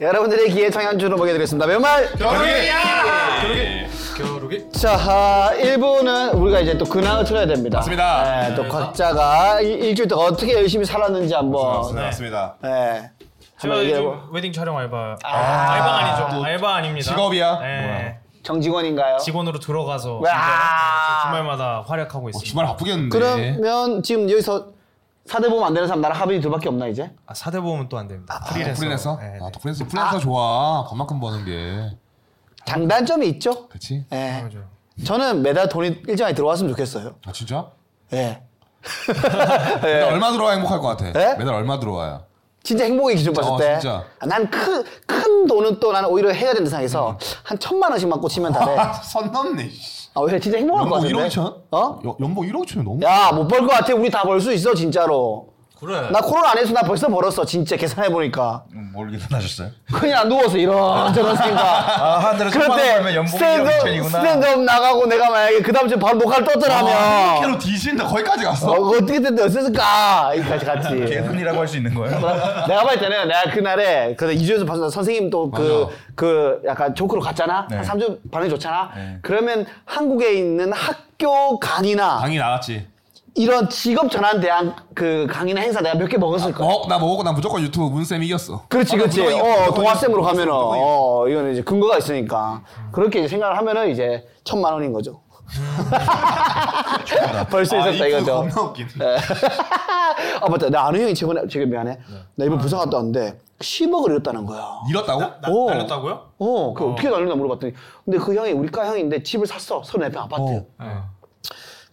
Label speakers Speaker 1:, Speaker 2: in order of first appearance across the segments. Speaker 1: 여러분들의 기회 청양주로 먹여드리겠습니다. 매말
Speaker 2: 겨루기야!
Speaker 1: 네.
Speaker 2: 어, 네.
Speaker 1: 자, 아, 1부는 우리가 이제 또 근황을 틀어야 됩니다.
Speaker 2: 맞습니다. 네.
Speaker 1: 예, 또 각자가 일- 일주일 동안 어떻게 열심히 살았는지 한번.
Speaker 2: 맞습니다.
Speaker 1: 예. 한번
Speaker 3: 저
Speaker 1: 얘기해
Speaker 3: 요즘
Speaker 1: 봐.
Speaker 3: 웨딩 촬영 알바 뭐- 아, 알바 아니죠 알바 아닙니다
Speaker 2: 직업이야?
Speaker 3: 네.
Speaker 1: 정직원인가요?
Speaker 3: 직원으로 들어가서
Speaker 1: 와.
Speaker 3: 진짜 네, 어, 주말마다 활약하고 있습니다
Speaker 2: 주말 바쁘겠는데.
Speaker 3: 네.
Speaker 1: 그러면 지금 여기서 사대 보험 안 되는 사람 나랑 합의 둘밖에 없나 이제?
Speaker 3: 아, 사대 보험은 또 안 됩니다 프리랜서
Speaker 2: 프리랜서?
Speaker 3: 네,
Speaker 2: 아, 또 프리랜서 프리랜서 좋아. 밥만큼 버는 게.
Speaker 1: 장단점이 있죠.
Speaker 2: 그렇지?
Speaker 1: 예.
Speaker 3: 그죠.
Speaker 1: 저는 매달 돈이 일정하게 들어왔으면 좋겠어요.
Speaker 2: 아, 진짜?
Speaker 1: 예.
Speaker 2: 매달 얼마 들어와 행복할 것 같아?
Speaker 1: 네?
Speaker 2: 매달 얼마 들어와요?
Speaker 1: 진짜 행복의 기준 봤을
Speaker 2: 어,
Speaker 1: 때.
Speaker 2: 진짜.
Speaker 1: 난큰 큰 돈은 또 나는 오히려 해야 된다
Speaker 2: 음.
Speaker 1: 생각해서 한 천만 원씩만 꽂히면 다 돼.
Speaker 2: 아, 선 넘네. 씨.
Speaker 1: 아, 오히려 진짜 행복할 어. 것
Speaker 2: 연봉
Speaker 1: 같은데.
Speaker 2: 1억 2천?
Speaker 1: 어?
Speaker 2: 여- 연봉 1억 2천이 너무.
Speaker 1: 야, 못 벌 것 같아. 우리 다 벌 수 있어, 진짜로.
Speaker 3: 그래
Speaker 1: 나 코로나 안에서 나 벌써 벌었어, 진짜 계산해보니까.
Speaker 2: 음,
Speaker 4: 뭘 계산하셨어요?
Speaker 1: 그냥 누워서 이런저런 생각.
Speaker 4: 아, 하늘에 천만 원 벌면 연봉이
Speaker 1: 스탠드업,
Speaker 4: 2천이구나.
Speaker 1: 스탠드업 나가고 내가 만약에 그 다음 주에 바로 녹화를
Speaker 4: 아,
Speaker 1: 떴더라면.
Speaker 2: 로 아, 뒤진다. 거기까지
Speaker 1: 어,
Speaker 2: 갔어.
Speaker 1: 어떻게 됐는데 어땠을까? 여기까지
Speaker 4: 아,
Speaker 1: 갔지.
Speaker 4: 계산이라고 할 수 있는 거예요?
Speaker 1: 내가 봤을 때는 내가 그날에 그래서 2주에서 봐서 선생님 또 그 그
Speaker 2: 맞아.
Speaker 1: 약간 조크로 갔잖아
Speaker 4: 네.
Speaker 1: 한 3주 반응이 좋잖아
Speaker 4: 네.
Speaker 1: 그러면 한국에 있는 학교 강의나
Speaker 2: 당이 나갔지.
Speaker 1: 이런 직업 전환 대한 그 강의나 행사 내가 몇 개 먹었을 거야
Speaker 2: 어, 나 먹었고 난 무조건 유튜브 문쌤 이겼어.
Speaker 1: 그렇지
Speaker 2: 아, 나
Speaker 1: 그렇지
Speaker 2: 무조건 이겼어.
Speaker 1: 어 동아쌤으로
Speaker 2: 무조건
Speaker 1: 가면은
Speaker 2: 이겼어. 무조건 이겼어.
Speaker 1: 어 이거는 이제 근거가 있으니까 그렇게 이제 생각을 하면은 이제 천만 원인 거죠 벌써
Speaker 2: 아,
Speaker 1: 있었다
Speaker 2: 이
Speaker 1: 이거죠 네.
Speaker 2: 겁나 웃긴.
Speaker 1: 아 맞다 나 아는 형이 저번에 지금 미안해 나 이번 부산 갔다 왔는데 10억을 잃었다는 거야
Speaker 2: 잃었다고?
Speaker 1: 오.
Speaker 3: 날렸다고요?
Speaker 1: 어, 그 어. 떻게 날렸나 물어봤더니 근데 그 형이 우리 과 형인데 집을 샀어. 서른 네평 아파트.
Speaker 3: 어.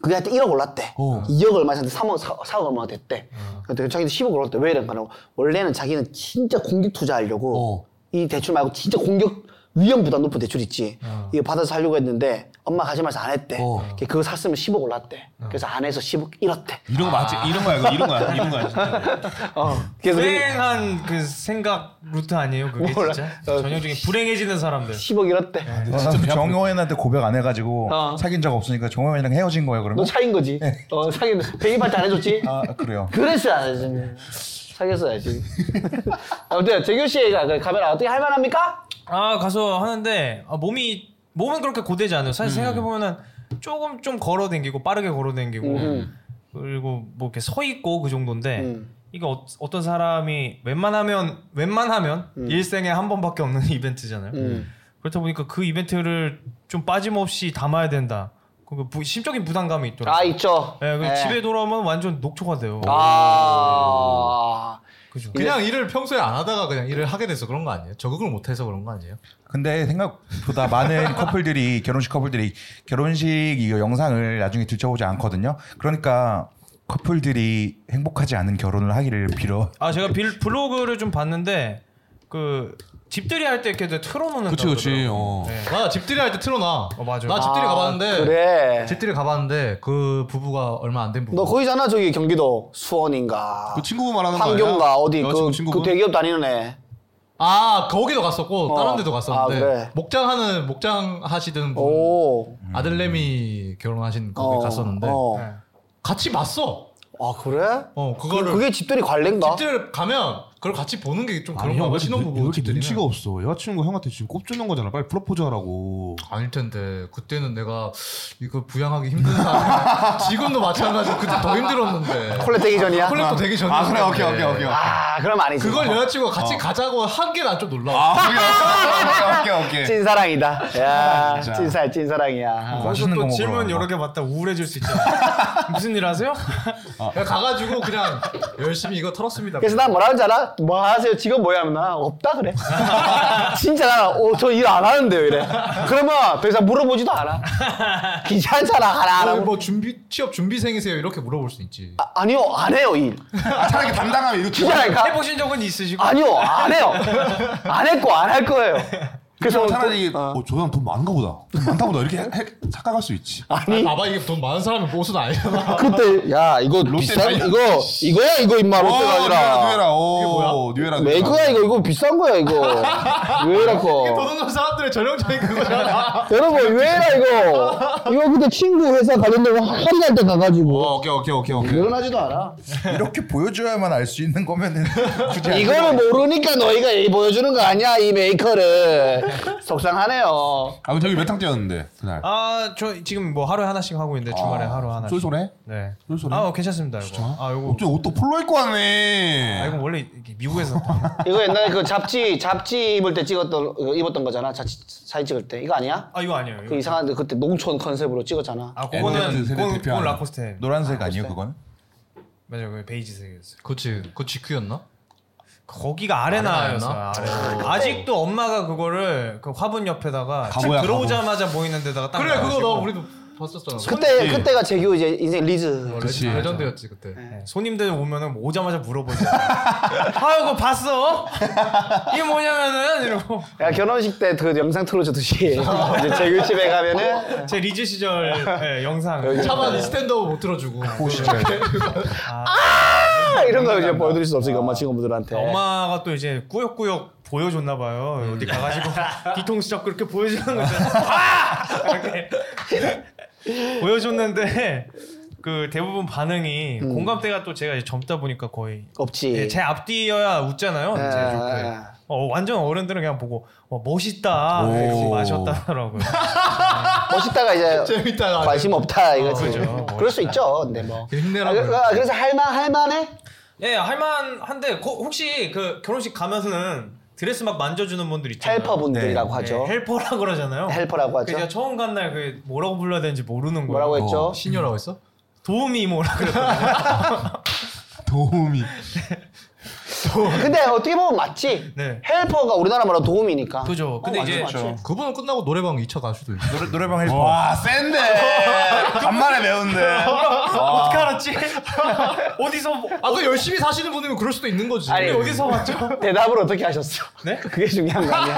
Speaker 1: 그게 하여튼 1억 올랐대.
Speaker 2: 어.
Speaker 1: 2억 얼마 샀는데 3억, 4, 4억 얼마가 됐대.
Speaker 3: 어.
Speaker 1: 근데 자기는 10억 올랐대. 왜 이런가? 원래는 자기는 진짜 공격 투자하려고
Speaker 2: 어.
Speaker 1: 이 대출 말고 진짜 공격 위험 부담 높은 대출 있지.
Speaker 3: 어.
Speaker 1: 이거 받아서 살려고 했는데 엄마 가지 말서 안 했대.
Speaker 2: 어.
Speaker 1: 걔 그거 샀으면 10억 올랐대.
Speaker 3: 어.
Speaker 1: 그래서 안 해서 10억 잃었대.
Speaker 2: 이런 거 맞지? 이런 거야, 이거. 이런 거야, 이런 거야. 진짜.
Speaker 1: 어. 그래서
Speaker 3: 불행한 그 생각 루트 아니에요 그게
Speaker 1: 몰라.
Speaker 3: 진짜
Speaker 1: 어.
Speaker 3: 전형적인 불행해지는 사람들
Speaker 1: 10억 잃었대.
Speaker 3: 네.
Speaker 4: 아, 정호연한테 고백 안 해가지고
Speaker 1: 어.
Speaker 4: 사귄 적 없으니까 정호연이랑 헤어진 거예요
Speaker 1: 너
Speaker 4: 그러면?
Speaker 1: 차인 거지.
Speaker 3: 네.
Speaker 1: 어, 사기 베이비 파티 안 해줬지.
Speaker 3: 어.
Speaker 4: 아 그래요.
Speaker 1: 그랬어야지. 사귀었어야지. 아무튼 재규 씨가 그 카메라 어떻게 할 만합니까?
Speaker 3: 아 가서 하는데 아, 몸이 몸은 그렇게 고되지 않아요. 사실 생각해 보면은 조금 좀 걸어 댕기고 빠르게 걸어 댕기고 그리고 뭐 이렇게 서 있고 그 정도인데 이거 어, 어떤 사람이 웬만하면 웬만하면 일생에 한 번밖에 없는 이벤트잖아요. 그렇다 보니까 그 이벤트를 좀 빠짐없이 담아야 된다. 그 부, 심적인 부담감이 있더라고요.
Speaker 1: 아 있죠.
Speaker 3: 예, 그리고
Speaker 1: 예.
Speaker 3: 집에 돌아오면 완전 녹초가 돼요.
Speaker 1: 아.
Speaker 3: 그죠.
Speaker 5: 그냥 일을 평소에 안 하다가 그냥 일을 하게 돼서 그런 거 아니에요? 적응을 못 해서 그런 거 아니에요?
Speaker 4: 근데 생각보다 많은 커플들이 결혼식 커플들이 결혼식 이 영상을 나중에 들춰보지 않거든요. 그러니까 커플들이 행복하지 않은 결혼을 하기를 빌어.
Speaker 3: 아 제가 빌, 블로그를 좀 봤는데 그 집들이 할 때 이렇게 틀어놓는
Speaker 2: 그치, 그치. 어.
Speaker 5: 나 집들이 할 때 틀어놔.
Speaker 3: 어, 맞아요.
Speaker 5: 나 집들이
Speaker 1: 아,
Speaker 5: 가봤는데
Speaker 1: 그래.
Speaker 5: 집들이 가봤는데 그 부부가 얼마 안 된 부부.
Speaker 1: 너 거기잖아 저기 경기도 수원인가.
Speaker 2: 그 친구분 말하는 거 아니야?
Speaker 1: 환경가 어디 그,
Speaker 2: 여자친구
Speaker 1: 그
Speaker 2: 친구분?
Speaker 1: 대기업 다니는 애.
Speaker 5: 아 거기도 갔었고
Speaker 1: 어.
Speaker 5: 다른 데도 갔었는데
Speaker 1: 아, 그래.
Speaker 5: 목장하는 목장 하시던 분
Speaker 1: 오.
Speaker 5: 아들내미 결혼하신 거기
Speaker 1: 어,
Speaker 5: 갔었는데
Speaker 1: 어.
Speaker 3: 네.
Speaker 5: 같이 봤어.
Speaker 1: 아 그래?
Speaker 5: 어 그거를
Speaker 1: 그게 집들이 관례인가?
Speaker 5: 집들 가면 그걸 같이 보는 게 좀
Speaker 2: 아니
Speaker 5: 그런
Speaker 2: 형,
Speaker 5: 거
Speaker 2: 왜 이렇게, 눈- 왜
Speaker 5: 신혼부부
Speaker 2: 이렇게
Speaker 5: 집들이는.
Speaker 2: 눈치가 어, 뭐 없어? 여자친구 형한테 지금 꼽주는 거잖아. 빨리 프로포즈 하라고.
Speaker 5: 아닐 텐데 그때는 내가 이거 부양하기 힘든 사람 지금도 마찬가지고 그때 더 힘들었는데
Speaker 1: 콜렛 되기 전이야?
Speaker 5: 콜렉도 되기 전이야
Speaker 2: 아, 그래, 오케이, 오케이, 오케이.
Speaker 1: 아 그럼 아니지.
Speaker 5: 그걸 여자친구가 같이 가자고 한 게 난 좀 놀라워
Speaker 2: 아, 오케이, 오케이, 오케이.
Speaker 1: 어. 찐사랑이다. 야 찐살 찐사랑이야.
Speaker 3: 거기서
Speaker 4: 맛있는
Speaker 3: 또
Speaker 4: 거
Speaker 3: 질문
Speaker 4: 먹으러
Speaker 3: 여러 개 받다 우울해질 수 있잖아. 무슨 일 하세요?
Speaker 5: 그냥 가가지고 그냥 열심히 이거 털었습니다
Speaker 1: 그래서 난 뭐라 하는지 알아? 뭐 하세요? 직업 뭐야? 하면 나 없다 그래. 진짜 나, 어, 저 일 안 하는데요 이래. 그러면 더 이상 물어보지도 않아. 귀찮잖아, 하나 안
Speaker 5: 아,
Speaker 1: 하고.
Speaker 5: 뭐 준비 취업 준비생이세요 이렇게 물어볼 수 있지
Speaker 1: 아, 아니요, 안 해요, 일. 그러니까
Speaker 2: 아, 차라리 담당하면 이렇게.
Speaker 1: 진짜라니까?
Speaker 3: 아, 해보신 적은 있으시고?
Speaker 1: 아니요, 안 해요. 안 했고, 안 할 거예요. 그래서
Speaker 2: 차라리
Speaker 1: 또- 어.
Speaker 2: 어, 저 사람 돈 많은가 보다. 돈 많다 보다 이렇게 해- 착각할 수 있지.
Speaker 5: 아,
Speaker 1: 아니
Speaker 5: 봐봐 이게 돈 많은 사람이 보수는 아니잖아.
Speaker 1: 어. 그때 야 이거 비싼
Speaker 2: 달려.
Speaker 1: 이거 이거야 이거
Speaker 2: 어,
Speaker 1: 임마 롯데가
Speaker 2: 뉴에라
Speaker 1: 아니라
Speaker 2: 뉴에라 오 뉴에라
Speaker 1: 메이커야 이거 이거 비싼 거야 이거 왜이라
Speaker 5: 돈
Speaker 1: 거
Speaker 5: 없는 사람들의 전형적인 그거잖아.
Speaker 1: 여러분 왜이라 이거 이거 근데 친구 회사 가는데 할인할 때 가가지고
Speaker 2: 어, 오케이 오케이 오케이 오케이
Speaker 1: 일어나지도 않아
Speaker 4: 이렇게 보여줘야만 알 수 있는 거면은 굳이 안
Speaker 1: 이거를 모르니까 너희가 이 보여주는 거 아니야 이 메이커를 속상하네요
Speaker 2: 아 그럼 저기 몇탕 뛰었는데 그날
Speaker 3: 아저 지금 뭐 하루에 하나씩 하고 있는데 주말에
Speaker 6: 아,
Speaker 3: 하루 하나씩.
Speaker 2: 쏠쏠해?
Speaker 3: 네.
Speaker 2: 쏠쏠해?
Speaker 3: 아 어, 괜찮습니다 이거. 아 이거
Speaker 2: 어째 옷도 폴로 입고 왔네
Speaker 3: 아 이거 원래 이렇게 미국에서 샀던
Speaker 1: 이거 옛날에 그 잡지 잡지 입을 때 찍었던 어, 입었던 거잖아 잡지 사진 찍을 때 이거 아니야?
Speaker 3: 아 이거 아니에요.
Speaker 1: 그
Speaker 3: 이거.
Speaker 1: 이상한데 그때 농촌 컨셉으로 찍었잖아
Speaker 3: 아
Speaker 2: 에버랜드
Speaker 3: 그거는
Speaker 2: 세대
Speaker 3: 그건,
Speaker 2: 대표하는.
Speaker 3: 그건 라코스테.
Speaker 4: 노란색 아니에요 그건?
Speaker 3: 맞아요. 그 베이지색이었어요.
Speaker 5: 그치 그거 GQ였나?
Speaker 3: 거기가 아레나였어요. 아레나. 아직도 엄마가 그거를 그 화분 옆에다가 쭉
Speaker 2: 가보야,
Speaker 3: 들어오자마자 보이는 데다가 딱
Speaker 5: 그래 그거
Speaker 3: 놔가지고
Speaker 5: 나 우리도 봤었잖아.
Speaker 1: 그때 그때가 재규 이제 인생 리즈
Speaker 2: 그치.
Speaker 5: 레전드였지 그때.
Speaker 3: 네, 손님들 오면은 오자마자 물어보죠. 아 이거 봤어? 이게 뭐냐면은 이러고
Speaker 1: 야 결혼식 때 그 영상 틀어주듯이 이제 재규 집에 가면은
Speaker 3: 제 리즈 시절 예, 영상.
Speaker 5: 차마 이 스탠드업 못 들어주고.
Speaker 1: 뭐 아, 이런 거 이제 보여드릴 수 없으니까 엄마 친구분들한테
Speaker 3: 엄마가 또 이제 꾸역꾸역 보여줬나 봐요. 어디 가가지고 뒤통수 잡고 이렇게 보여주는 거잖아요. 아! 이렇게 보여줬는데 그 대부분 반응이 공감대가 또 제가 이제 젊다 보니까 거의
Speaker 1: 없지
Speaker 3: 음. 예, 제 앞뒤여야 웃잖아요.
Speaker 1: 예,
Speaker 3: 이제
Speaker 1: 예, 예.
Speaker 3: 좋게. 어, 완전 어른들은 그냥 보고 와, 멋있다 이렇게
Speaker 2: 오.
Speaker 3: 마셨다더라고요.
Speaker 1: 멋있다가 이제
Speaker 5: 재밌다.
Speaker 1: 관심 없다 이거지
Speaker 3: 그죠.
Speaker 1: 그럴 수 있죠 근데 뭐
Speaker 5: 힘내라고.
Speaker 1: 아, 그- 아, 그래서 할만 할만해
Speaker 3: 예, 할만한데 거- 혹시 그 결혼식 가면은 드레스 막 만져주는 분들 있잖아요.
Speaker 1: 헬퍼분들이라고 하죠
Speaker 3: 네, 헬퍼라 그러잖아요.
Speaker 1: 헬퍼라고 하죠.
Speaker 3: 그 제가 처음 간 날 그 뭐라고 불러야 되는지 모르는 거예요.
Speaker 1: 뭐라고 했죠
Speaker 5: 신녀라고 했어?
Speaker 3: 도움이 뭐라 그랬거든요.
Speaker 2: 도움이
Speaker 1: 근데 어떻게 보면 맞지
Speaker 3: 네.
Speaker 1: 헬퍼가 우리나라 말로 도움이니까 어,
Speaker 3: 그죠. 근데 이제
Speaker 1: 네,
Speaker 5: 그분은 끝나고 노래방 2차 갈 수도 있어.
Speaker 4: 노래, 노래방 헬퍼
Speaker 2: 와 센데
Speaker 4: 간만에 배운데
Speaker 1: 아.
Speaker 3: 어떻게 알았지? 어디서
Speaker 5: 아, 그 열심히 사시는 분이면 그럴 수도 있는 거지.
Speaker 1: 아니,
Speaker 5: 근데
Speaker 3: 어디서 왔죠?
Speaker 1: 대답을 어떻게 하셨어
Speaker 3: 네?
Speaker 1: 그게 중요한 거 아니야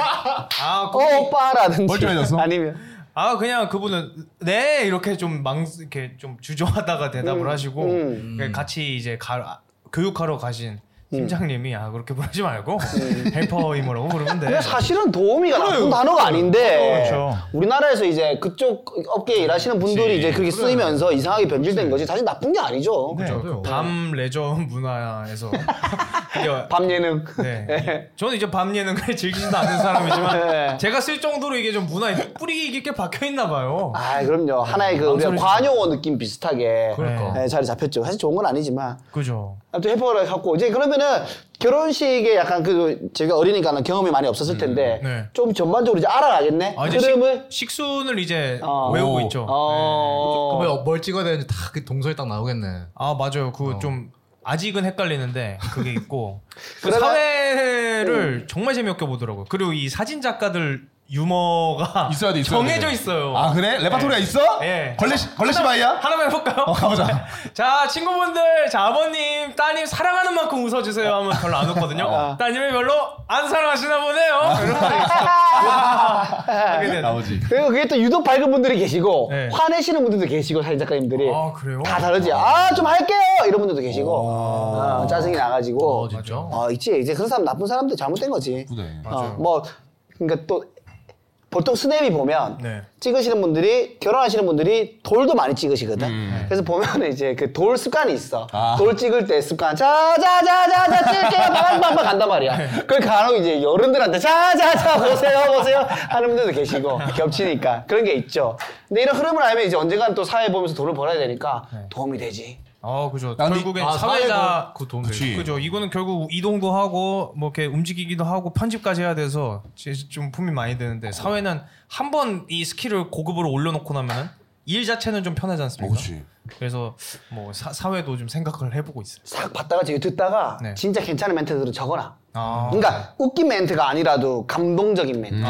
Speaker 3: 아, 그,
Speaker 1: 어, 오빠라든지
Speaker 2: 멀쩡해졌어?
Speaker 1: 아니면
Speaker 3: 아 그냥 그분은 네 이렇게 좀 망 이렇게 좀 주저하다가 대답을 하시고
Speaker 1: 음.
Speaker 3: 그냥 같이 이제 가 아, 교육하러 가신 팀장님이 아 그렇게 부르지 말고 헬퍼 이모라고 부르면 돼.
Speaker 1: 근데 음. 사실은 도우미가 나쁜 단어가 아닌데
Speaker 4: 그렇죠.
Speaker 1: 우리나라에서 이제 그쪽 업계에 일하시는 분들이 이제 그렇게 쓰이면서 이상하게 변질된 거지 사실 나쁜 게 아니죠.
Speaker 3: 네.
Speaker 2: 네,
Speaker 1: 그렇죠.
Speaker 5: 맞아요.
Speaker 3: 밤 레저 문화에서 이게
Speaker 1: 밤 예능.
Speaker 3: 네. 저는 이제 밤 예능을 즐기지도 않는 사람이지만
Speaker 1: 네.
Speaker 3: 제가 쓸 정도로 이게 좀 문화에 뿌리 깊게 박혀 있나 봐요.
Speaker 1: 아 그럼요. 하나의 그 우리가
Speaker 3: 망설이지
Speaker 1: 관용어 느낌 비슷하게
Speaker 3: 그러니까.
Speaker 1: 네, 자리 잡혔죠. 사실 좋은 건 아니지만
Speaker 3: 그죠.
Speaker 1: 아무튼 해퍼를 갖고 이제 그러면은 결혼식에 약간 그 제가 어리니까는 경험이 많이 없었을 텐데
Speaker 3: 네.
Speaker 1: 좀 전반적으로 이제 알아가겠네.
Speaker 3: 아, 이제
Speaker 1: 흐름을
Speaker 3: 식, 식순을 이제
Speaker 1: 어.
Speaker 3: 외우고
Speaker 2: 오.
Speaker 3: 있죠.
Speaker 1: 어.
Speaker 5: 그러면 뭐, 뭘 찍어야 되는지 다 그 동선이 딱 나오겠네.
Speaker 3: 아 맞아요.
Speaker 2: 어.
Speaker 3: 그 좀 아직은 헷갈리는데 그게 있고 그
Speaker 1: 그러면- 음.
Speaker 3: 사회를 정말 재미없게 보더라고요. 그리고 이 사진 작가들 유머가
Speaker 2: 있어야 돼 있어야 돼.
Speaker 3: 아, 정해져 있어요.
Speaker 2: 아 그래? 레파토리가 있어?
Speaker 3: 예. 아,
Speaker 2: 걸레 걸레 시바이야?
Speaker 3: 하나만 해볼까요? 네.
Speaker 2: 가보자.
Speaker 3: 자 친구분들, 자 아버님, 따님 사랑하는 만큼 웃어주세요 하면 별로 안 웃거든요. 따님이 별로 안 사랑하시나 보네요. 이런 말이 있어요. 하게 되는.
Speaker 2: 나오지
Speaker 1: 그리고 그게 또 유독 밝은 분들이 계시고
Speaker 3: 네.
Speaker 1: 화내시는 분들도 계시고 사진 작가님들이
Speaker 3: 아 그래요?
Speaker 1: 다 다르지. 아 좀 할게요 이런 분들도 계시고 어, 짜증이 나가지고.
Speaker 3: 아,
Speaker 5: 어, 진짜?
Speaker 1: 어, 있지 이제 그런 사람 나쁜 사람들 잘못된 거지.
Speaker 2: 그래
Speaker 3: 아,
Speaker 1: 어, 뭐 그러니까 또 보통 스냅이 보면
Speaker 3: 네.
Speaker 1: 찍으시는 분들이 결혼하시는 분들이 돌도 많이 찍으시거든.
Speaker 3: 음.
Speaker 1: 그래서 보면 이제 그 돌 습관이 있어. 돌 찍을 때 습관. 자자자자자 찍을게요. 방방방방 간단
Speaker 3: 네.
Speaker 1: 말이야. 그걸 간혹 이제 어른들한테 자자자 보세요 보세요 하는 분들도 계시고 겹치니까 그런 게 있죠. 근데 이런 흐름을 알면 이제 언젠간 또 사회 보면서 돈을 벌어야 되니까
Speaker 3: 네.
Speaker 1: 도움이 되지.
Speaker 3: 아 그죠.
Speaker 2: 아니,
Speaker 3: 결국엔
Speaker 5: 아,
Speaker 3: 사회자
Speaker 5: 사회도 그 도움이
Speaker 2: 그치. 되죠.
Speaker 3: 그죠. 이거는 결국 이동도 하고 뭐 이렇게 움직이기도 하고 편집까지 해야 돼서 지- 좀 품이 많이 드는데 사회는 한 번 이 스킬을 고급으로 올려놓고 나면은 일 자체는 좀 편하지
Speaker 6: 뭐,
Speaker 3: 않습니까?
Speaker 2: 어, 그렇지
Speaker 3: 그래서 뭐 사, 사회도 좀 생각을 해보고 있어요.
Speaker 1: 싹 봤다가 저기 듣다가
Speaker 3: 네.
Speaker 1: 진짜 괜찮은 멘트들은 적어놔.
Speaker 3: 아,
Speaker 1: 그러니까 웃긴 멘트가 아니라도 감동적인 멘트.
Speaker 6: 음,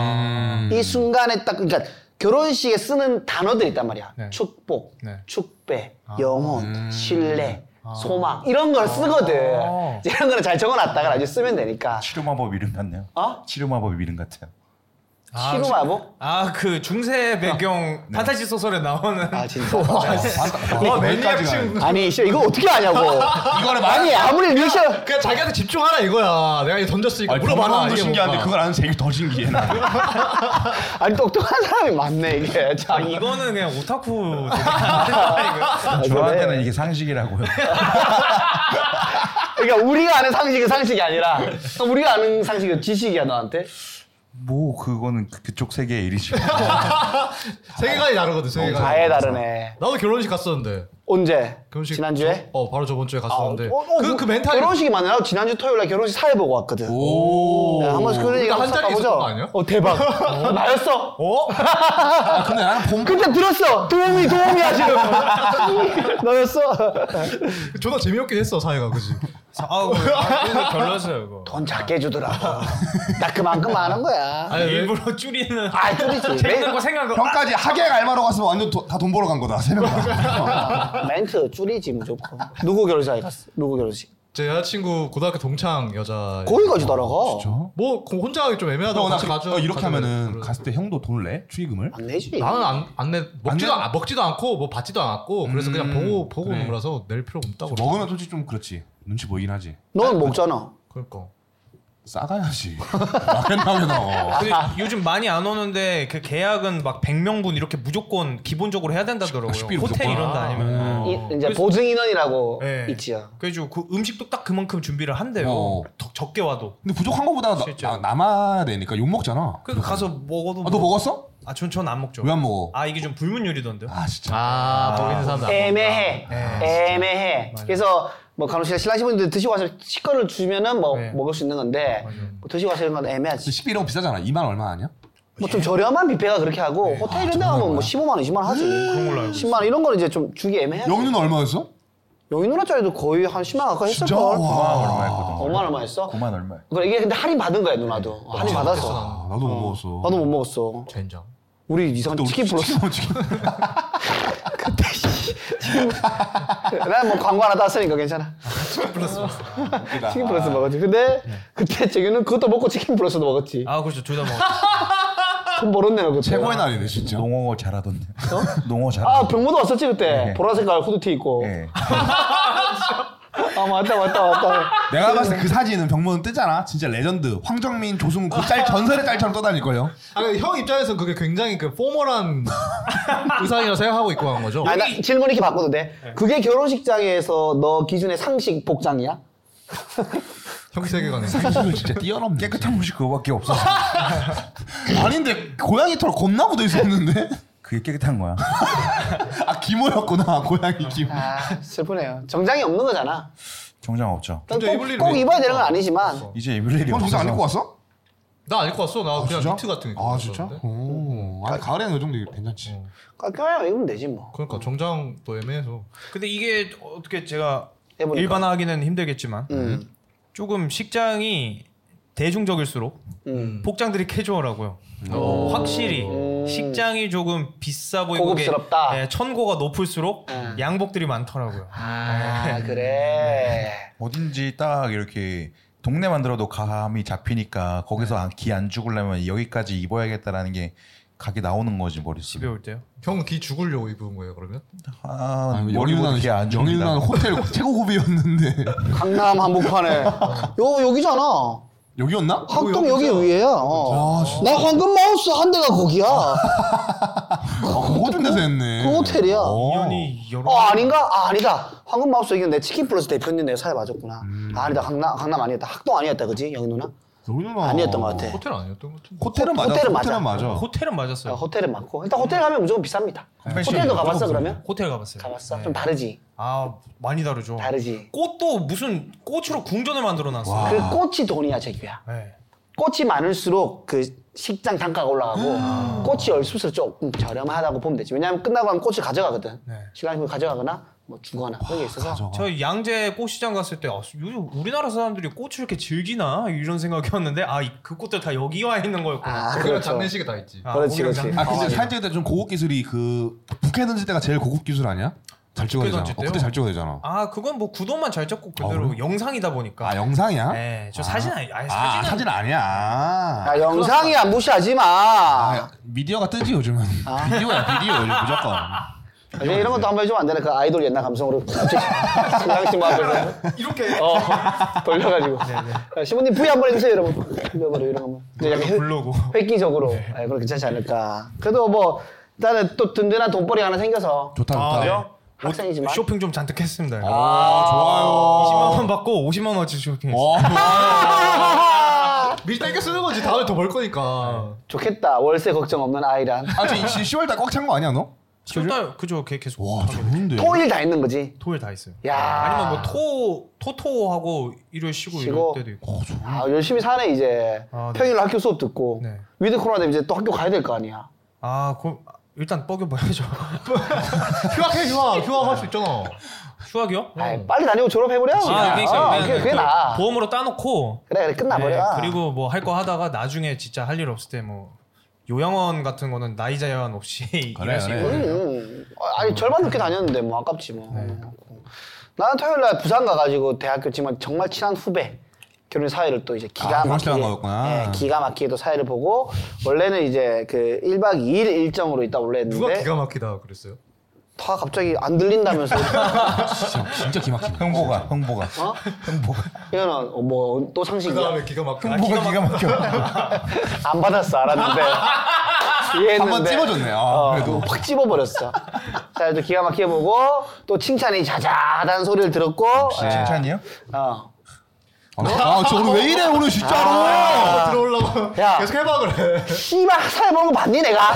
Speaker 3: 음.
Speaker 1: 이 순간에 딱 그러니까 결혼식에 쓰는 단어들이 있단 말이야.
Speaker 3: 네.
Speaker 1: 축복,
Speaker 3: 네.
Speaker 1: 축배, 영혼, 신뢰, 소망 이런 걸 쓰거든.
Speaker 3: 아.
Speaker 1: 이런 거는 잘 적어놨다가 나중에 쓰면 되니까.
Speaker 4: 치료마법 이름 같네요
Speaker 1: 어?
Speaker 4: 치료마법 이름 같아요
Speaker 1: 시루마보? 뭐?
Speaker 3: 아 그 중세 배경 판타지 소설에 나오는
Speaker 1: 아 진짜.
Speaker 5: 와 매니악 친
Speaker 1: 아니 씨 이거 어떻게 아냐고.
Speaker 5: 이거를
Speaker 1: 아니 아무리 리액션
Speaker 5: 그냥 자기한테 집중하라 이거야. 내가 이거 던졌으니까 물어봐라.
Speaker 2: 도
Speaker 5: 이게
Speaker 2: 신기한데
Speaker 5: 뭔가.
Speaker 2: 그걸 아는 제일 더 신기해. 나.
Speaker 1: 아니 똑똑한 사람이 많네 이게.
Speaker 3: 아,
Speaker 1: 참.
Speaker 3: 이거는 그냥 오타쿠
Speaker 1: 아, 그래.
Speaker 4: 저한테는 이게 상식이라고요.
Speaker 1: 그러니까 우리가 아는 상식은 상식이 아니라 우리가 아는 상식은 지식이야 너한테.
Speaker 4: 뭐 그거는 그- 그쪽 세계의 일이죠.
Speaker 2: 그
Speaker 5: 세계관이 다르거든.
Speaker 2: 어,
Speaker 5: 세계관.
Speaker 1: 아예 다르네.
Speaker 5: 나도 결혼식 갔었는데.
Speaker 1: 언제?
Speaker 5: 결혼식
Speaker 1: 지난주에?
Speaker 5: 저- 어 바로 저번 주에
Speaker 1: 아,
Speaker 5: 갔었는데.
Speaker 1: 어, 어,
Speaker 5: 그 그
Speaker 1: 뭐,
Speaker 5: 멘탈.
Speaker 1: 결혼식이 많아요. 지난주 토요일 날 결혼식 사회 보고 왔거든.
Speaker 5: 오.
Speaker 1: 야, 한번 그런 얘기
Speaker 5: 나
Speaker 1: 한번
Speaker 5: 한 자리
Speaker 1: 섞어보자.
Speaker 5: 있었던 거 아니야?
Speaker 1: 어 대박. 나였어.
Speaker 5: 어?
Speaker 4: 아, 근데 나는 봄
Speaker 1: 근데 들었어. 도움이 도움이야 지금. 너였어.
Speaker 5: 존나 재미없긴 했어 사회가 그지.
Speaker 3: 아우 이거 별로였어요 이거
Speaker 1: 돈 작게 주더라. 나 그만큼 아는 거야.
Speaker 5: 아니 왜-
Speaker 3: 일부러 줄이는
Speaker 1: 아 줄이지.
Speaker 3: 재밌는 거
Speaker 1: 멘-
Speaker 3: 생각하고
Speaker 6: 형까지 하객
Speaker 3: 아.
Speaker 6: 알바로 갔으면 완전 다 돈 벌어 간 거다 세명
Speaker 3: 그러니까
Speaker 6: 다.
Speaker 1: 멘트 줄이지 무조건. 누구 결혼식에 갔어? 누구 결혼식?
Speaker 5: 제 여자친구 고등학교 동창 여자.
Speaker 1: 거기가 주더라고.
Speaker 5: 뭐 고- 혼자 하기 좀 애매하다고
Speaker 2: 형, 나
Speaker 5: 같이 가죠.
Speaker 2: 어, 이렇게
Speaker 5: 가자
Speaker 2: 하면은
Speaker 5: 그러고.
Speaker 2: 갔을 때 형도 돈을 내? 추의금을?
Speaker 3: 아,
Speaker 1: 안 내지.
Speaker 5: 나는 안, 안 내, 먹지도,
Speaker 2: 내? 음,
Speaker 5: 안- 먹지도 않고, 뭐 받지도 않았고, 그래서 그냥 보고, 보고
Speaker 2: 그래. 뭐?
Speaker 5: 온 거라서 낼 필요가 없다고.
Speaker 2: 먹으면 솔직히 좀 그렇지. 눈치 보이긴 하지.
Speaker 1: 넌 먹잖아.
Speaker 5: 그러니까.
Speaker 2: 싸가야지. 막연하게 나와.
Speaker 3: 근데 요즘 많이 안 오는데 그 계약은 막 100명분 이렇게 무조건 기본적으로 해야 된다더라고요.
Speaker 2: 식비를
Speaker 3: 호텔
Speaker 2: 무조건.
Speaker 3: 이런 데 아니면.
Speaker 1: 이,
Speaker 3: 은
Speaker 1: 이제 보증 인원이라고
Speaker 3: 네.
Speaker 1: 있지요.
Speaker 3: 그래가지고 그 음식도 딱 그만큼 준비를 한대요.
Speaker 2: 어.
Speaker 3: 더 적게 와도.
Speaker 2: 근데 부족한 거보다 나-
Speaker 3: 실제로.
Speaker 2: 나- 남아야 되니까 욕 먹잖아.
Speaker 3: 그래서 가서 먹어도.
Speaker 2: 아, 너 먹었어?
Speaker 3: 아, 전, 전 안 먹죠.
Speaker 2: 왜 안 먹어?
Speaker 3: 아, 이게 좀 불문율이던데요.
Speaker 2: 아 진짜.
Speaker 5: 아, 보이는 사람들.
Speaker 1: 네. 애매해. 애매해. 그래서 뭐 간혹시나 신랑신 분들 드시고 와서 식권을 주면은 뭐
Speaker 3: 네.
Speaker 1: 먹을 수 있는 건데 뭐 드시고 와서 이런 건 애매하지.
Speaker 2: 식비 이런 거 비싸잖아. 2만 얼마 아니야?
Speaker 1: 뭐 좀 저렴한 뷔페가 그렇게 하고 호텔 이런 데 가면 뭐 15만 원, 20만 원 하지. 그런 걸로 알고 10만 원 이런 거는 이제 좀 주기 애매해.
Speaker 6: 영유는 얼마였어?
Speaker 1: 영희 누나짜리도 거의 한 10만 원 가까이 했을
Speaker 6: 진짜?
Speaker 1: 걸.
Speaker 6: 와.
Speaker 4: 얼마 했거든.
Speaker 1: 5만 얼마 했어?
Speaker 4: 5만 얼마.
Speaker 1: 그래 이게 근데 할인 받은 거야 누나도. 할인 받았어.
Speaker 2: 아, 나도 못 먹었어.
Speaker 1: 나도 못 먹었어.
Speaker 5: 젠장.
Speaker 1: 우리 이상한 치킨 불렀어. 그때 씨. 난뭐 광고 하나 땄으니까 괜찮아. 치킨 플러스 먹었지. 근데 그때 재규는 그것도 먹고 치킨 플러스도 먹었지.
Speaker 3: 아, 그렇죠. 둘 다 먹었죠.
Speaker 1: 돈 벌었네 너 그때.
Speaker 6: 최고의 날이네 진짜.
Speaker 4: 농어 잘하던데. 농어 잘.
Speaker 1: 아 병모도 왔었지 그때.
Speaker 4: 네.
Speaker 1: 보라색 깔 후드티 입고.
Speaker 4: 예.
Speaker 1: 아 맞다 맞다 맞다.
Speaker 6: 내가 봤을 때 그 사진은 병모는 뜨잖아. 진짜 레전드. 황정민, 조승우 그짤 전설의 짤처럼 떠다닐 거예요.
Speaker 5: 아, 근데 형 입장에서 그게 굉장히 그 포멀한 의상이라 생각하고 입고 간 거죠.
Speaker 1: 아니 나 질문 이렇게 바꿔도 돼? 그게 결혼식장에서 너 기준의 상식 복장이야?
Speaker 5: 형
Speaker 3: 아,
Speaker 5: 세계관에.
Speaker 2: 이거 진짜 뛰어넘네.
Speaker 4: 깨끗한 무식 그거밖에 없어.
Speaker 6: 아닌데 고양이 털 겁나 묻어 있었는데.
Speaker 4: 그게 깨끗한 거야.
Speaker 6: 아 기모였구나 고양이 기모.
Speaker 1: 아 슬프네요. 정장이 없는 거잖아.
Speaker 4: 정장 없죠.
Speaker 1: 꼭,
Speaker 5: 근데 입을 일이
Speaker 1: 꼭
Speaker 5: 왜
Speaker 1: 입어야 되는 건 아니지만
Speaker 4: 이제 입을 일이
Speaker 6: 형
Speaker 4: 없어서.
Speaker 6: 정상 안 입고 왔어?
Speaker 5: 나안 입고 왔어.
Speaker 3: 아,
Speaker 5: 나 그냥
Speaker 6: 진짜?
Speaker 5: 니트 같은 거 입고
Speaker 2: 아
Speaker 5: 왔어,
Speaker 2: 진짜?
Speaker 5: 근데.
Speaker 2: 오. 아니 가을에는 이 정도 괜찮지.
Speaker 1: 깔끔하게 입으면 되지 뭐.
Speaker 5: 그러니까 정장도 애매해서.
Speaker 3: 근데 이게 어떻게 제가
Speaker 1: 해보니까.
Speaker 3: 일반화하기는 힘들겠지만
Speaker 1: 음.
Speaker 3: 조금 식장이 대중적일수록
Speaker 1: 음.
Speaker 3: 복장들이 캐주얼하고요. 확실히 식장이 조금 비싸 보이고
Speaker 1: 고급스럽다.
Speaker 3: 이게, 예, 천고가 높을수록
Speaker 1: 음.
Speaker 3: 양복들이 많더라고요.
Speaker 1: 아 그래.
Speaker 4: 어딘지 딱 이렇게 동네만 들어도 감이 잡히니까 거기서 기 안 죽으려면 여기까지 입어야겠다라는 게 각이 나오는 거지
Speaker 3: 집에
Speaker 4: 머릿속에.
Speaker 3: 올 때요.
Speaker 1: 어.
Speaker 5: 형 귀 죽으려고 입은 거예요, 그러면?
Speaker 4: 아,
Speaker 6: 영유나는
Speaker 1: 뭐
Speaker 4: 머리보다 기안
Speaker 6: 영유나는
Speaker 4: 죽는다.
Speaker 6: 호텔 최고급이었는데
Speaker 1: 강남 한복판에. 요 여기잖아.
Speaker 6: 여기였나?
Speaker 1: 학동 여기 위에야. 어. 나 황금 마우스 한 대가 거기야.
Speaker 6: 아, 그거 좀 내서 했네.
Speaker 1: 그 호텔이야. 어,
Speaker 3: 인연이 여러
Speaker 1: 아닌가? 아, 아니다. 황금 마우스 여기는 내 치킨 플러스 대표님 내가 사회 맞았구나. 아, 아니다. 강남 강남 아니었다. 학동 아니었다. 그지? 영희 누나?
Speaker 6: 여기는
Speaker 1: 아니었던 것 같아.
Speaker 5: 호텔 아니었던 것 같은데.
Speaker 6: 호텔은 맞아.
Speaker 1: 호텔은
Speaker 6: 호텔은
Speaker 1: 맞아.
Speaker 6: 맞아.
Speaker 3: 호텔은 맞았어요.
Speaker 1: 아, 호텔은 맞고. 일단 호텔 가면 무조건 비쌉니다.
Speaker 4: 컨벤션
Speaker 1: 호텔도
Speaker 4: 이런
Speaker 1: 가봤어
Speaker 4: 거
Speaker 1: 그러면?
Speaker 3: 호텔 가봤어요.
Speaker 1: 가봤어?
Speaker 3: 네.
Speaker 1: 좀 다르지.
Speaker 3: 아 많이 다르죠.
Speaker 1: 다르지.
Speaker 3: 꽃도 무슨 꽃으로 궁전을 만들어 놨어요.
Speaker 1: 그 꽃이 돈이야, 재규야.
Speaker 3: 네.
Speaker 1: 꽃이 많을수록 그 식장 단가가 올라가고 꽃이 얼수록 조금 저렴하다고 보면 되지. 왜냐하면 끝나고 하면 꽃을 가져가거든.
Speaker 3: 네.
Speaker 1: 시간이 가져가거나 뭐 주거나 그런 게 있어서
Speaker 3: 저 양재 꽃시장 갔을 때 아, 요즘 우리나라 사람들이 꽃을 이렇게 즐기나 이런 생각이었는데 아 그 꽃들 다 여기 와 있는 거였구나.
Speaker 1: 아,
Speaker 5: 거기랑
Speaker 1: 그렇죠.
Speaker 5: 장례식이 다 있지.
Speaker 3: 아,
Speaker 1: 그렇지,
Speaker 3: 거기랑
Speaker 1: 그렇지.
Speaker 3: 장례식.
Speaker 2: 아 근데 사진 찍을 때 좀 고급 기술이 그 북해 던질 때가 제일 고급 기술 아니야?
Speaker 6: 잘 찍어야 되잖아.
Speaker 3: 던질
Speaker 6: 어,
Speaker 3: 때요?
Speaker 6: 그때 잘 찍어야 되잖아.
Speaker 3: 아 그건 뭐 구도만 잘 잡고 그대로 영상이다 보니까.
Speaker 6: 아 영상이야?
Speaker 3: 네, 저 사진 아니, 아니
Speaker 6: 아
Speaker 3: 사진은
Speaker 6: 사진 아니야.
Speaker 1: 아, 영상이야 무시하지 마.
Speaker 6: 아, 미디어가 뜨지 요즘은.
Speaker 1: 아.
Speaker 6: 미디어야 미디어 요즘 무조건.
Speaker 1: 나중에 이런 것도 한번 해주면 안 되나? 그 아이돌 옛날 감성으로 갑자기 양심 앞에서 이렇게 어, 돌려가지고 자, 시모님 V 한번 해주세요 여러분 돌려버려 이런 거만 이제 약간 회-
Speaker 3: 블로그.
Speaker 1: 획기적으로 아, 그럼 괜찮지 않을까? 그래도 뭐 일단은 또 든든한 돈벌이 하나 생겨서
Speaker 6: 좋다 좋다.
Speaker 3: 아, 네.
Speaker 1: 학생이지만
Speaker 3: 쇼핑 좀 잔뜩 했습니다.
Speaker 6: 아,
Speaker 3: 20만 원 받고 50만 원어치 쇼핑했어요.
Speaker 6: 좋아요.
Speaker 5: 미리 땡겨 쓰는 거지 다음에 더 벌 거니까
Speaker 1: 좋겠다 월세 걱정 없는 아이란
Speaker 6: 아저 10월 달꽉 찬 거 아니야 너?
Speaker 3: 지금 달 그죠 걔 계속
Speaker 6: 와
Speaker 3: 하고 있어요.
Speaker 6: 좋은데.
Speaker 1: 토일 다 있는 거지
Speaker 3: 토일 다 있어요.
Speaker 1: 야.
Speaker 3: 아니면 뭐 토 토토하고 일요일 쉬고,
Speaker 1: 쉬고.
Speaker 3: 이럴 때도
Speaker 6: 어,
Speaker 3: 있고.
Speaker 1: 아 열심히 사네 이제
Speaker 3: 아, 네.
Speaker 1: 평일 로 학교 수업 듣고
Speaker 3: 네.
Speaker 1: 위드 코로나 되면 이제 또 학교 가야 될 거 아니야
Speaker 3: 아, 그 일단 뻐겨 봐야죠.
Speaker 5: 휴학해 휴학 휴학 할 수 있잖아
Speaker 3: 휴학이요?
Speaker 1: 아이, 빨리 다니고 졸업해버려
Speaker 3: 아,
Speaker 1: 그냥.
Speaker 3: 그러니까
Speaker 1: 어,
Speaker 3: 그냥
Speaker 1: 그게, 그게
Speaker 3: 그
Speaker 1: 나아
Speaker 3: 보험으로 따놓고
Speaker 1: 그래 그래
Speaker 5: 아,
Speaker 1: 끝나버려
Speaker 3: 네, 그리고 뭐 할 거 하다가 나중에 진짜 할 일 없을 때 뭐 요양원 같은 거는 나이 제한 없이 일할 수
Speaker 6: 그래.
Speaker 3: 있거든요.
Speaker 1: 음, 어, 아니 절반 넘게 다녔는데 뭐 아깝지 뭐
Speaker 3: 네.
Speaker 1: 나는 토요일 날 부산 가가지고 대학교 지만 정말 친한 후배 결혼 사회를 또 이제 기가
Speaker 6: 아,
Speaker 1: 막히게
Speaker 6: 결혼식 나간 거였구나.
Speaker 1: 예, 기가 막히게 또 사회를 보고 원래는 이제 그 1박 2일 일정으로 있다 원래 했는데
Speaker 3: 네?
Speaker 5: 누가 기가 막히다 그랬어요
Speaker 1: 다 갑자기 안 들린다면서
Speaker 6: 진짜, 진짜 기막히네.
Speaker 4: 형보가 형보가
Speaker 1: 어? 이거는 뭐 또
Speaker 5: 그
Speaker 1: 상식이야
Speaker 5: 다음에 기가 막히다
Speaker 4: 형보가 아, 기가 막혀.
Speaker 1: 안 받았어 알았는데 이해했는데
Speaker 6: 한번 찝어줬네, 아,
Speaker 1: 어,
Speaker 6: 그래도.
Speaker 1: 확 찝어버렸어 자 이제 기가 막히게 보고 또 칭찬이 자자하다는 소리를 들었고
Speaker 4: 칭찬이요?
Speaker 1: 예. 어.
Speaker 6: 아, 저 오늘 왜 이래 오늘 진짜로.
Speaker 5: 들어올라고
Speaker 1: 야.
Speaker 5: 계속 해봐 그래
Speaker 1: 씨발 사회 보는 거 봤니 내가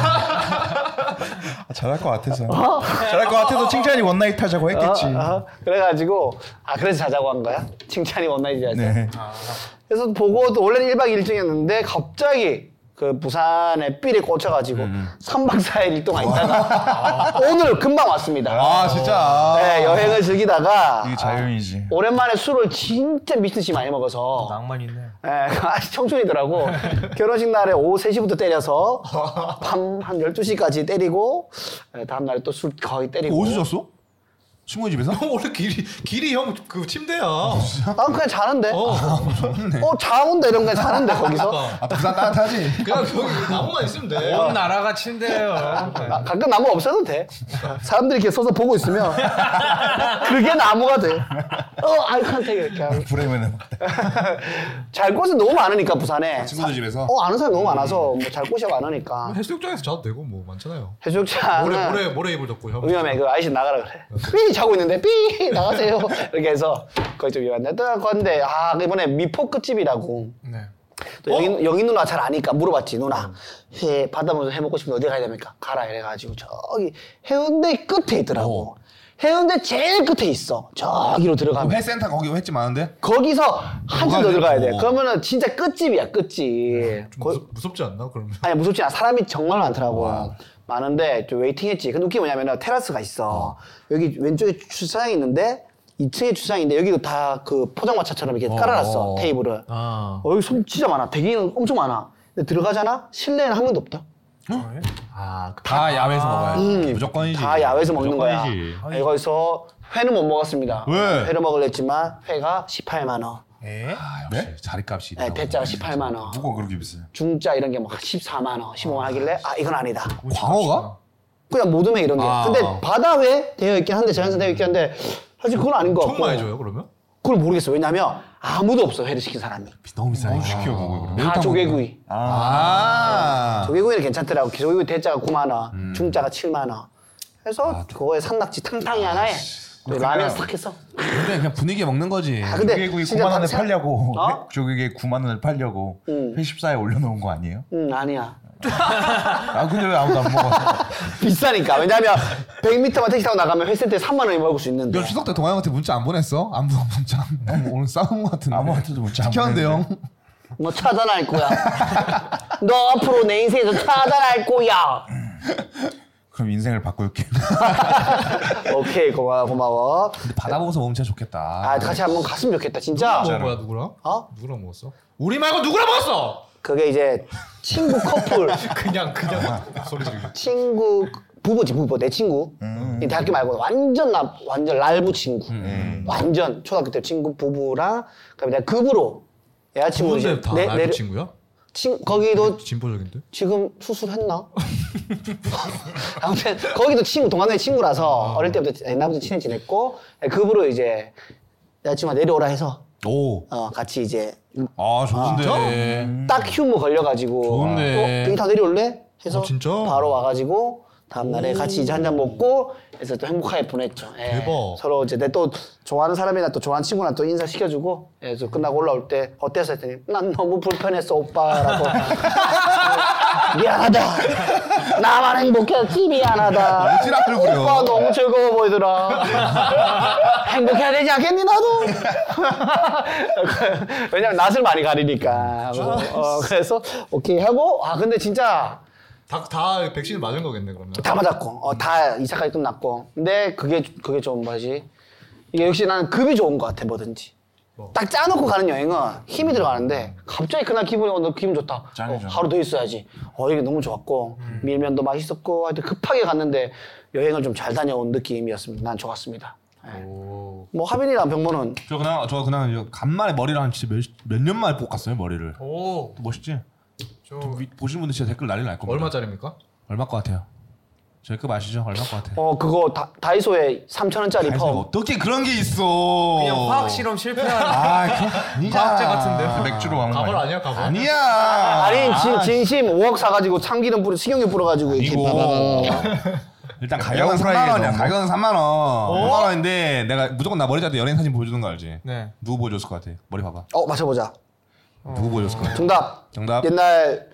Speaker 4: 아, 잘할 것 같아서. 아, 잘할 것 같아서 칭찬이 원나잇 하자고 했겠지.
Speaker 1: 어, 어. 그래가지고 아 그래서 자자고 한 거야? 칭찬이 원나잇이라서
Speaker 4: 네.
Speaker 1: 그래서 보고 또 원래는 1박 2일쯤이었는데 갑자기 그 부산에 삘이 꽂혀가지고
Speaker 6: 음.
Speaker 1: 3박 4일 동안 있다가 오늘 금방 왔습니다
Speaker 6: 아 진짜.
Speaker 1: 네, 여행을 즐기다가
Speaker 4: 이게 자연이지.
Speaker 1: 아, 오랜만에 술을 진짜 미친듯이 많이 먹어서
Speaker 3: 낭만 있네.
Speaker 1: 예, 아직 청춘이더라고. 결혼식 날에 오후 3시부터 때려서 밤 한 12시까지 때리고 예, 다음 날에 또 술 거의 때리고.
Speaker 6: 어디서 잤어? 친구 집에서?
Speaker 5: 원래 길이 길이 형 그 침대야
Speaker 1: 아, 그냥 자는데. 어,
Speaker 5: 어
Speaker 1: 자온다 이런 거 자는데 거기서.
Speaker 5: 그러니까
Speaker 6: 아 부산 따뜻하지.
Speaker 5: 그냥 여기 나무만 있으면 돼
Speaker 3: 온 나라가 침대예요.
Speaker 6: 네.
Speaker 1: 아, 가끔 나무 없어도 돼. 사람들이 이렇게 서서 보고 있으면 그게 나무가 돼. 어, 아이 컨택 이렇게 하고.
Speaker 4: 브레면은
Speaker 1: 잘 곳은 너무 많으니까 부산에.
Speaker 6: 아, 친구들 집에서. 음.
Speaker 1: 어, 아는 사람 너무 많아서 뭐 잘 곳이 많으니까.
Speaker 5: 해수욕장에서 자도 되고 뭐 많잖아요
Speaker 1: 해수욕장.
Speaker 5: 모래 모래 모래 이불 덮고 형
Speaker 1: 위험해. 그 아저씨 나가라 그래. 삐 자고 있는데 삐 나가세요. 이렇게 해서 거의 좀 위험한데. 또 건데 아 이번에 미포 끝집이라고.
Speaker 3: 네.
Speaker 1: 또 영희, 영희 누나 잘 아니까 물어봤지 누나 회 바다면서 해 먹고 싶으면 어디 가야 됩니까? 가라 이래가지고 저기 해운대 끝에 있더라고. 해운대 제일 끝에 있어. 저기로 어. 들어가면.
Speaker 6: 회센터 거기 회집 많은데.
Speaker 1: 거기서 한참 더
Speaker 6: 뭐가
Speaker 1: 들어가야 네, 돼.
Speaker 6: 되고.
Speaker 1: 그러면은 진짜 끝집이야 끝집.
Speaker 5: 좀
Speaker 1: 거-
Speaker 5: 무섭, 무섭지 않나 그러면
Speaker 1: 아니 무섭지 않아 사람이 정말 많더라고 많은데 좀 웨이팅했지 근데 웃긴 게 뭐냐면 테라스가 있어 여기 왼쪽에 주차장이 있는데 2층에 주차장인데 여기도 다 그 포장마차처럼 이렇게 깔아놨어 테이블을
Speaker 5: 아
Speaker 1: 어 여기 손 진짜 많아 대기는 엄청 많아 근데 들어가잖아 실내에는 한 명도 없다
Speaker 5: 아, 그-
Speaker 6: 다 야외에서 먹어야 돼.
Speaker 1: 음,
Speaker 6: 무조건이지.
Speaker 1: 다 야외에서 먹는 거야
Speaker 6: 무조건이지.
Speaker 1: 아, 이거에서 회는 못 먹었습니다
Speaker 6: 왜?
Speaker 1: 회를 먹으려 했지만 회가 18만 원
Speaker 3: 에?
Speaker 6: 아, 역시 자리값이.
Speaker 1: 네,
Speaker 6: 있다고.
Speaker 1: 대짜가 18만 원
Speaker 4: 뭐가 그렇게 비싸요?
Speaker 1: 중짜 이런 게 막 14만 원 15만 원 하길래 아 이건 아니다
Speaker 6: 뭐 광어가?
Speaker 1: 그냥 모둠에 이런 게.
Speaker 6: 아.
Speaker 1: 근데 바다에 되어 있긴 한데 자연산 되어 있긴 한데 사실 그건 아닌
Speaker 6: 어,
Speaker 1: 것 같고.
Speaker 5: 정말 해줘요 그러면
Speaker 1: 그걸 모르겠어. 왜냐면 아무도 없어 회를 시킨 사람이.
Speaker 6: 너무 비싸. 너무 시켜 먹어 그럼.
Speaker 1: 다 조개구이.
Speaker 6: 아. 음.
Speaker 1: 조개구이는 괜찮더라고. 조개구이 대짜가 9만 원, 중짜가 7만 원. 그래서
Speaker 6: 아,
Speaker 1: 그거에 산낙지 탕탕이 하나에 또 라면 싹 해서.
Speaker 6: 근데 그냥 분위기 먹는 거지.
Speaker 1: 아 근데
Speaker 4: 조개구이
Speaker 1: 진짜
Speaker 4: 9만 원에
Speaker 1: 사-
Speaker 4: 팔려고
Speaker 1: 어?
Speaker 4: 조개구이 9만 원에 팔려고
Speaker 1: 음.
Speaker 4: 회십사에 올려놓은 거 아니에요?
Speaker 1: 음 아니야.
Speaker 4: 아 근데 왜 아무도 안 먹어?
Speaker 1: 비싸니까. 왜냐면 100m만 택시 타고 나가면 회센 때 3만 원이 먹을 수 있는데.
Speaker 6: 야 추석 때 동아형한테 문자 안 보냈어? 안 보내 문자. 안 보내. 오늘 싸운 거 같은데.
Speaker 4: 아무한테도 문자 안
Speaker 6: 시켰는데 형.
Speaker 1: 너뭐 차단할 거야. 너 앞으로 내 인생에서 차단할 거야.
Speaker 4: 그럼 인생을 바꿀게.
Speaker 1: 오케이 고마워 고마워.
Speaker 6: 근데 바다 보고서 먹으면 진짜 좋겠다.
Speaker 1: 아 같이 한번 갔으면 좋겠다
Speaker 6: 아,
Speaker 1: 진짜
Speaker 5: 먹은 거야 뭐, 누구랑
Speaker 1: 어?
Speaker 5: 누구랑 먹었어 우리 말고 누구랑 먹었어
Speaker 1: 그게 이제 친구 커플
Speaker 5: 그냥 그냥 소리 지르고
Speaker 1: 친구 부부지 부부 내 친구 이 대학교 말고 완전 나 완전 랄부 친구 완전 초등학교 때 친구 부부랑 그다음에 내가 급으로
Speaker 6: 뭐,
Speaker 1: 여자친구
Speaker 5: 근데
Speaker 6: 예.
Speaker 5: 다
Speaker 6: 네,
Speaker 1: 내-
Speaker 5: 알고
Speaker 1: 내려-
Speaker 5: 친구야?
Speaker 1: 친- 거기도
Speaker 5: 진보적인데?
Speaker 1: 지금 수술했나? 아무튼 거기도 친구 동안의 친구라서 어. 릴 때부터 옛날부터 친해 지냈고 급으로 이제 여자친구가 내려오라 해서
Speaker 6: 오.
Speaker 1: 어, 같이 이제
Speaker 6: 아 좋은데.
Speaker 1: 딱 휴무 걸려가지고
Speaker 6: 좋네.
Speaker 1: 어, 비행기 다 내려올래? 해서
Speaker 5: 어, 진짜?
Speaker 1: 바로 와가지고 다음날에 같이 이제 한 잔 먹고 해서 또 행복하게 보냈죠. 예.
Speaker 5: 대박.
Speaker 1: 서로 이제 내 또 좋아하는 사람이나 또 좋아하는 친구나 또 인사 시켜주고 예, 그래서 끝나고 올라올 때 어땠어 했더니 난 너무 불편했어 오빠라고 미안하다 나만 행복했지 미안하다
Speaker 6: 어지럽을 부려.
Speaker 1: 오빠 너무 즐거워 보이더라 행복해야 되지 않겠니 나도 왜냐면 낯을 많이
Speaker 5: 아,
Speaker 1: 가리니까 어, 어, 그래서 오케이 하고 아 근데 진짜
Speaker 5: 다, 다 백신을 맞은 거겠네 그러면.
Speaker 1: 다 맞았고 어, 다 이사까지 끝났고 근데 그게 그게 좋은 거지 이게 역시 나는 급이 좋은 것 같아 뭐든지 딱 짜놓고 가는 여행은 힘이 들어가는데 갑자기 그날 기분이 어, 너 기분 좋다 어,
Speaker 4: 짱이죠.
Speaker 1: 하루 더 있어야지 어 이게 너무 좋았고 밀면도 맛있었고 하여튼 급하게 갔는데 여행을 좀 잘 다녀온 느낌이었습니다 난 좋았습니다 예. 뭐 하빈이랑 병모는
Speaker 6: 저 그냥 저 그냥 이거 간만에 머리를 한 진짜 몇몇년 만에 볶았어요 머리를.
Speaker 3: 오.
Speaker 6: 멋있지? 저 위- 보신 분들 진짜 댓글 난리 날 겁니다.
Speaker 5: 얼마짜리입니까?
Speaker 6: 얼마 것 같아요? 저희 급 아시죠? 얼마 것 같아요?
Speaker 1: 어 그거 다, 다이소에 뭐? 3,000원짜리
Speaker 6: 아니,
Speaker 1: 펌
Speaker 6: 어떻게 그런 게 있어?
Speaker 3: 그냥 화학 실험 실패한
Speaker 6: 아, 그냥
Speaker 3: 과학자
Speaker 6: 아,
Speaker 3: 같은데.
Speaker 4: 맥주로 가는
Speaker 5: 가발
Speaker 4: 거 아니야?
Speaker 5: 아니야 가발?
Speaker 6: 아니야.
Speaker 1: 아니 진, 진심 5억 사가지고 참기름 뿌려 식용유 뿌려가지고 이렇게
Speaker 6: 이거 일단 가격은
Speaker 4: 에어프라이기에
Speaker 6: 3만 원이야.
Speaker 4: 넣은 거?
Speaker 6: 가격은 3만 원. 3만 원인데 내가 무조건 나 머리 자를 때 연예인 사진 보여주는 거 알지?
Speaker 3: 네.
Speaker 6: 누구 보여줬을 것 같아? 머리 봐봐.
Speaker 1: 어 맞춰보자
Speaker 6: 누구 보여줬을 것 같아?
Speaker 1: 정답
Speaker 6: 정답.
Speaker 1: 옛날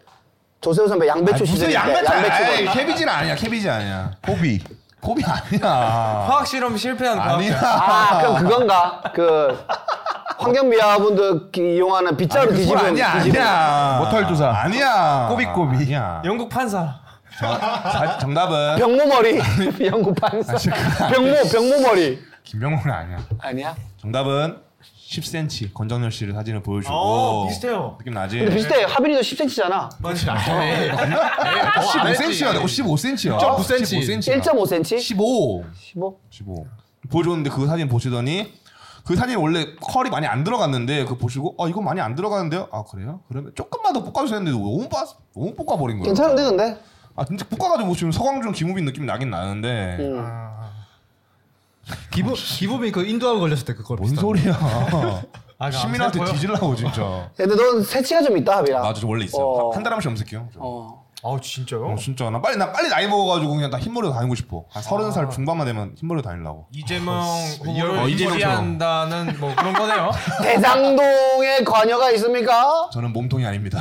Speaker 1: 조세호 선배 양배추 시절
Speaker 6: 무슨
Speaker 1: 때
Speaker 6: 양배추?
Speaker 1: 양배추
Speaker 6: 아이, 캐비지는 아니야. 캐비지 아니야.
Speaker 4: 포비.
Speaker 6: 포비 아니야.
Speaker 3: 화학 실험 실패한 그 과학자.
Speaker 6: 아니야.
Speaker 1: 아 그럼 그건가 그 환경미화분들 기- 이용하는 빗자루
Speaker 6: 그건
Speaker 1: 뒤집은
Speaker 6: 아니야.
Speaker 1: 뒤집은.
Speaker 6: 아니야.
Speaker 4: 모탈 조사.
Speaker 6: 아니야.
Speaker 4: 꼬비꼬비.
Speaker 6: 아니야.
Speaker 3: 영국 판사.
Speaker 6: 정- 자- 정답은
Speaker 1: 병모 머리 영구 판사 병모 병모 머리
Speaker 6: 김병훈은 아니야.
Speaker 1: 아니야
Speaker 6: 정답은 10cm 권정열 씨를 사진을 보여주고
Speaker 3: 어, 비슷해요.
Speaker 6: 느낌 나지? 어,
Speaker 1: 근데 비슷해 하빈이도 10cm잖아
Speaker 5: 맞지 않네.
Speaker 6: 아, 15cm야. 어, 15cm야.
Speaker 5: 15cm.
Speaker 1: 1.5cm
Speaker 6: 15.
Speaker 1: 15
Speaker 6: 15. 보여줬는데 그 사진 보시더니 그 사진 원래 컬이 많이 안 들어갔는데 그 보시고 아 이거 많이 안 들어가는데요? 아 그래요? 그러면 조금만 더 볶아주세요 했는데 너무 빠 너무 볶아버린 거예요.
Speaker 1: 괜찮은데 근데
Speaker 6: 아 진짜 볶아가지고 지금 서광준 김우빈 느낌 나긴 나는데
Speaker 1: 음.
Speaker 5: 기부 기부비 그 인도하고 걸렸을 때 그걸
Speaker 6: 뭔 소리야?
Speaker 3: 아, 그거
Speaker 6: 시민한테
Speaker 3: 안 보여?
Speaker 6: 뒤질라고 진짜.
Speaker 1: 근데 넌 세치가 좀 있다 하빈아
Speaker 6: 맞아, 저 원래 있어요.
Speaker 1: 어.
Speaker 6: 한, 한 달에 한 번씩 염색해요. 저.
Speaker 1: 어.
Speaker 3: 아 진짜요?
Speaker 6: 어, 진짜 나 빨리 나 빨리 나이 먹어가지고 그냥 나 흰머리로 다니고 싶어. 한 서른 살 중반만 되면 흰머리로 다니려고.
Speaker 3: 이재명
Speaker 6: 어,
Speaker 3: 후보를
Speaker 6: 이재명처럼.
Speaker 3: 지지한다는 뭐 그런 거네요.
Speaker 1: 대장동에 관여가 있습니까?
Speaker 6: 저는 몸통이 아닙니다.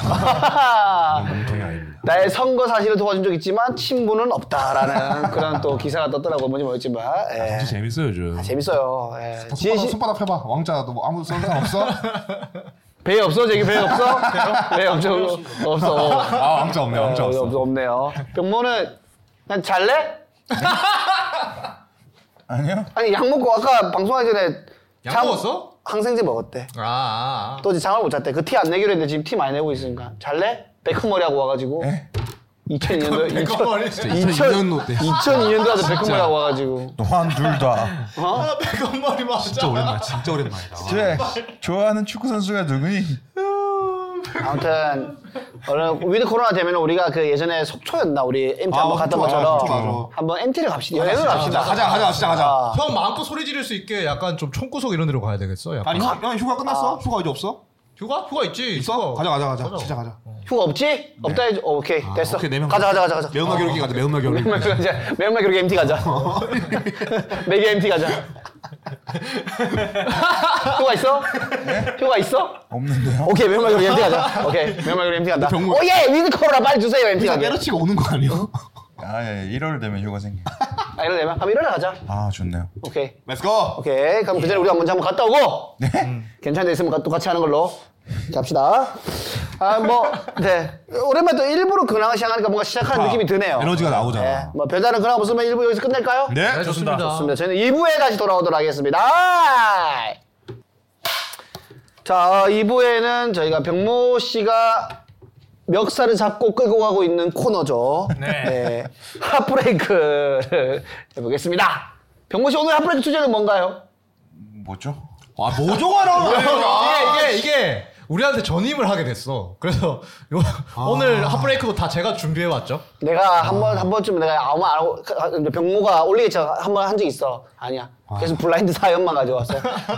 Speaker 6: 저는 몸통이 아닙니다.
Speaker 1: 나의 선거 사실을 도와준 적 있지만 친분은 없다라는 그런 또 기사가 떴더라고 뭔지 모르겠지만 예.
Speaker 6: 진짜 재밌어요 요즘.
Speaker 1: 재밌어요. 예.
Speaker 6: 손바닥,
Speaker 1: 진심
Speaker 6: 손바닥 펴봐. 왕자도 뭐 아무 상관 없어?
Speaker 1: 배 없어? 저기 배 없어? 배 없죠? 없어.
Speaker 6: 아 왕자 없네. 왕자
Speaker 1: 없어.
Speaker 6: 없어.
Speaker 1: 없네요. 병모는 난 잘래?
Speaker 4: 아니야?
Speaker 1: 아니 약 먹고 아까 방송하기 전에
Speaker 5: 약
Speaker 1: 잠-
Speaker 5: 먹었어?
Speaker 1: 항생제 먹었대.
Speaker 5: 아, 아, 아.
Speaker 1: 또 이제 잠을 못 잤대. 그 티 안 내기로 했는데 지금 티 많이 내고 있으니까 잘래? 백허머리 하고 와가지고 2002년도
Speaker 5: 백허머리.
Speaker 1: 2002년도 2002년도 하도 백허머리 하고 와가지고
Speaker 4: 너한둘 다.
Speaker 6: 아,
Speaker 1: 어?
Speaker 5: 백원머리 맞아.
Speaker 6: 진짜 오랜만. 진짜 오랜만이다.
Speaker 4: 쟤 좋아하는 축구 선수가 누구니?
Speaker 1: 아무튼 오늘 위드 코로나 되면 우리가 그 예전에 속초였나 우리 MT
Speaker 6: 아,
Speaker 1: 한번 갔던
Speaker 6: 속초, 아,
Speaker 1: 것처럼
Speaker 6: 속초 맞아.
Speaker 1: 한번 MT를 갑시다. 여행을
Speaker 6: 자,
Speaker 1: 갑시다.
Speaker 6: 가자 가자 진짜 가자.
Speaker 5: 형 마음껏 소리 지를 수 있게 약간 좀 총구석 이런 데로 가야 되겠어. 약간.
Speaker 6: 아니 휴- 형 휴가 끝났어? 휴가 이제 없어?
Speaker 5: 휴가? 휴가 있지.
Speaker 6: 있어? 가자 가자 가자. 진짜 가자.
Speaker 1: 휴가 없지? 없다 해줘. 어, 오케이 됐어.
Speaker 6: 오케이, 네명
Speaker 1: 어. 가자 가자 가자 어. 가자.
Speaker 6: 매운맛 겨루기 가자. 매운맛 겨루기.
Speaker 1: 매운맛 이제 매운맛 그렇게 MT 가자. 매기 MT 가자. 휴가 있어? 휴가 있어?
Speaker 4: 없는데요?
Speaker 1: 오케이 매운맛 그렇게 MT 가자. 오케이 매운맛 그렇게 MT 간다. 어,
Speaker 6: 병문-
Speaker 1: 오예 위드 코로나 빨리 주세요 MT 가게.
Speaker 6: 때려치고 오는 거 아니야?
Speaker 4: 아, 예, 1월 되면 휴가 생겨.
Speaker 1: 아 이러려면 한번 일어나 가자.
Speaker 4: 아, 좋네요.
Speaker 1: 오케이.
Speaker 6: Let's go.
Speaker 1: 오케이. 그럼 그 전에 우리가 먼저 한번 갔다 오고. 네. 괜찮은 데 있으면 가- 또 같이 하는 걸로. 잡시다. 아, 뭐, 네. 오랜만에 또 일부러 근황을 시작하니까 뭔가 시작하는 느낌이 드네요.
Speaker 6: 아, 에너지가
Speaker 1: 네.
Speaker 6: 나오잖아.
Speaker 1: 뭐, 별다른 근황 없으면 일부 여기서 끝낼까요?
Speaker 6: 네.
Speaker 3: 아,
Speaker 5: 좋습니다.
Speaker 1: 좋습니다. 저희는 2부에 다시 돌아오도록 하겠습니다. 자, 2부에는 저희가 병모 씨가 멱살을 잡고 끌고 가고 있는 코너죠.
Speaker 3: 네.
Speaker 1: 핫브레이크를 해보겠습니다. 병모 씨 오늘 핫브레이크 주제는 뭔가요?
Speaker 4: 뭐죠?
Speaker 6: 아 모종하라고.
Speaker 5: 이게 이게 이게 우리한테 전임을 하게 됐어. 그래서 요,
Speaker 1: 아.
Speaker 5: 오늘 핫브레이크도 다 제가 준비해 왔죠.
Speaker 1: 내가 한 번 한 번쯤 내가 아무 말 안 하고 가- 가- 병모가 올리겠지 한번 한 적 있어. 아니야. 계속 블라인드 사연만 가져왔어.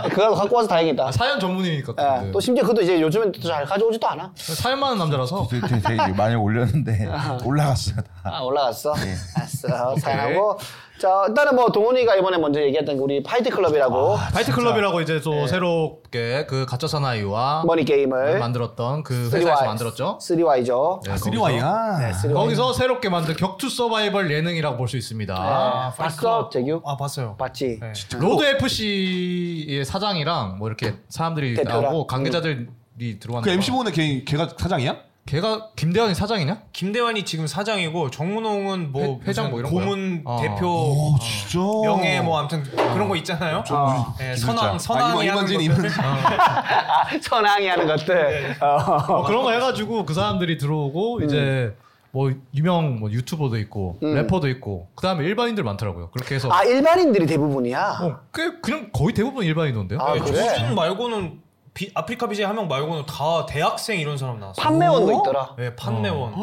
Speaker 1: 그걸 갖고 와서 다행이다.
Speaker 5: 아, 네. 사연 전문이니까.
Speaker 1: 예,
Speaker 5: 근데.
Speaker 1: 또 심지어 그것도 이제 요즘엔 또 잘 가져오지도 않아.
Speaker 5: 사연 많은 남자라서
Speaker 4: 되게- 되게- 되게 많이 올렸는데
Speaker 6: 아.
Speaker 4: 올라갔어요. 다.
Speaker 1: 아, 올라갔어?
Speaker 5: 네.
Speaker 1: 알았어. 사연하고. 자, 일단은 뭐 동훈이가 이번에 먼저 얘기했던 게 우리 파이트 클럽이라고
Speaker 5: 파이트 클럽이라고 이제 또 새롭게 그 가짜 사나이와
Speaker 1: 네. 머니 게임을
Speaker 5: 만들었던 그
Speaker 1: 쓰리
Speaker 5: 회사에서
Speaker 1: 와이-
Speaker 5: 만들었죠.
Speaker 1: 아, 쓰리 와이죠.
Speaker 5: 네, 거기서-
Speaker 6: 쓰리와이야.
Speaker 5: 거기서 새롭게 만든 격투 서바이벌 예능이라고 볼 수 있습니다.
Speaker 1: 아, 봤어? 재규?
Speaker 3: 아 봤어요.
Speaker 1: 봤지?
Speaker 3: 네.
Speaker 5: 로드 FC의 사장이랑 뭐 이렇게 사람들이
Speaker 1: 대표랑. 음.
Speaker 5: 나오고 관계자들이 들어왔는데
Speaker 6: 그 MC 보는 걔 걔가 사장이야? 어,
Speaker 5: 걔가 김대현이 사장이냐?
Speaker 3: 김대환이 지금 사장이고 정문홍은 뭐
Speaker 5: 회- 회장 뭐 이런 거요?
Speaker 3: 고문
Speaker 5: 어.
Speaker 3: 대표
Speaker 6: 어 진짜.
Speaker 3: 명예 뭐 아무튼 그런 거 있잖아요.
Speaker 1: 어.
Speaker 3: 네, 선왕
Speaker 6: 아, 이번-
Speaker 3: 선왕이 하는
Speaker 6: 이번진,
Speaker 3: 것들.
Speaker 6: 이번진.
Speaker 1: 선왕이 하는 것들. 어.
Speaker 5: 어, 그런 거 해가지고 그 사람들이
Speaker 1: 음.
Speaker 5: 들어오고 이제 뭐 유명 뭐 유튜버도 있고 래퍼도 있고 그 다음에 일반인들 많더라고요. 그렇게 해서
Speaker 1: 아, 일반인들이 대부분이야.
Speaker 5: 어, 꽤 그냥 거의 대부분 일반인 인데요
Speaker 1: 아,
Speaker 3: 네,
Speaker 1: 그래?
Speaker 3: 조준 말고는 비- 아프리카 BJ 한 명 말고는 다 대학생 이런 사람 나왔어요.
Speaker 1: 판매원도 있더라.
Speaker 3: 네, 판매원.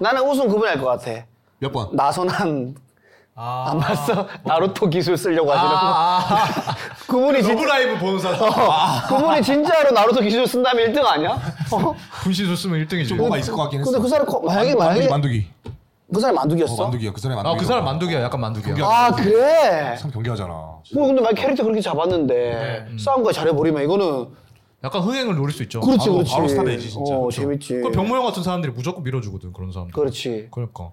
Speaker 1: 나는 우승 그분이 할 것 같아.
Speaker 6: 몇 번?
Speaker 1: 나선한
Speaker 3: 아,
Speaker 1: 안 봤어? 나루토 기술 쓰려고 하시는 분.
Speaker 6: 아,
Speaker 1: 그분이 진
Speaker 5: 아. 러브라이브 보는 사람
Speaker 1: 어. 그분이 진짜로 나루토 기술 쓴다면 1등 아니야? 어?
Speaker 5: 분신술 쓰면 1등이죠.
Speaker 6: 뭐가 있을 것 같긴
Speaker 1: 근데
Speaker 6: 했어.
Speaker 1: 그 사람 거- 만약에 만약에
Speaker 6: 만두기 만두기.
Speaker 1: 그 사람 만두기였어?
Speaker 6: 어, 만두기야 그 사람이 만두기.
Speaker 5: 아그 사람 만두기야 약간 만두기야.
Speaker 1: 아 그래.
Speaker 6: 참 경계하잖아.
Speaker 1: 뭐 근데 만 캐릭터 그렇게
Speaker 6: 네.
Speaker 1: 잡았는데
Speaker 6: 음.
Speaker 1: 싸움 거 잘해버리면 이거는
Speaker 5: 약간 흥행을 노릴 수 있죠.
Speaker 1: 그렇지
Speaker 6: 바로-
Speaker 1: 그렇지.
Speaker 6: 바로 스타 되지, 진짜.
Speaker 1: 어
Speaker 6: 그렇죠.
Speaker 1: 재밌지.
Speaker 5: 그 병모형 같은 사람들이 무조건 밀어주거든 그런 사람. 들
Speaker 1: 그렇지.
Speaker 5: 그러니까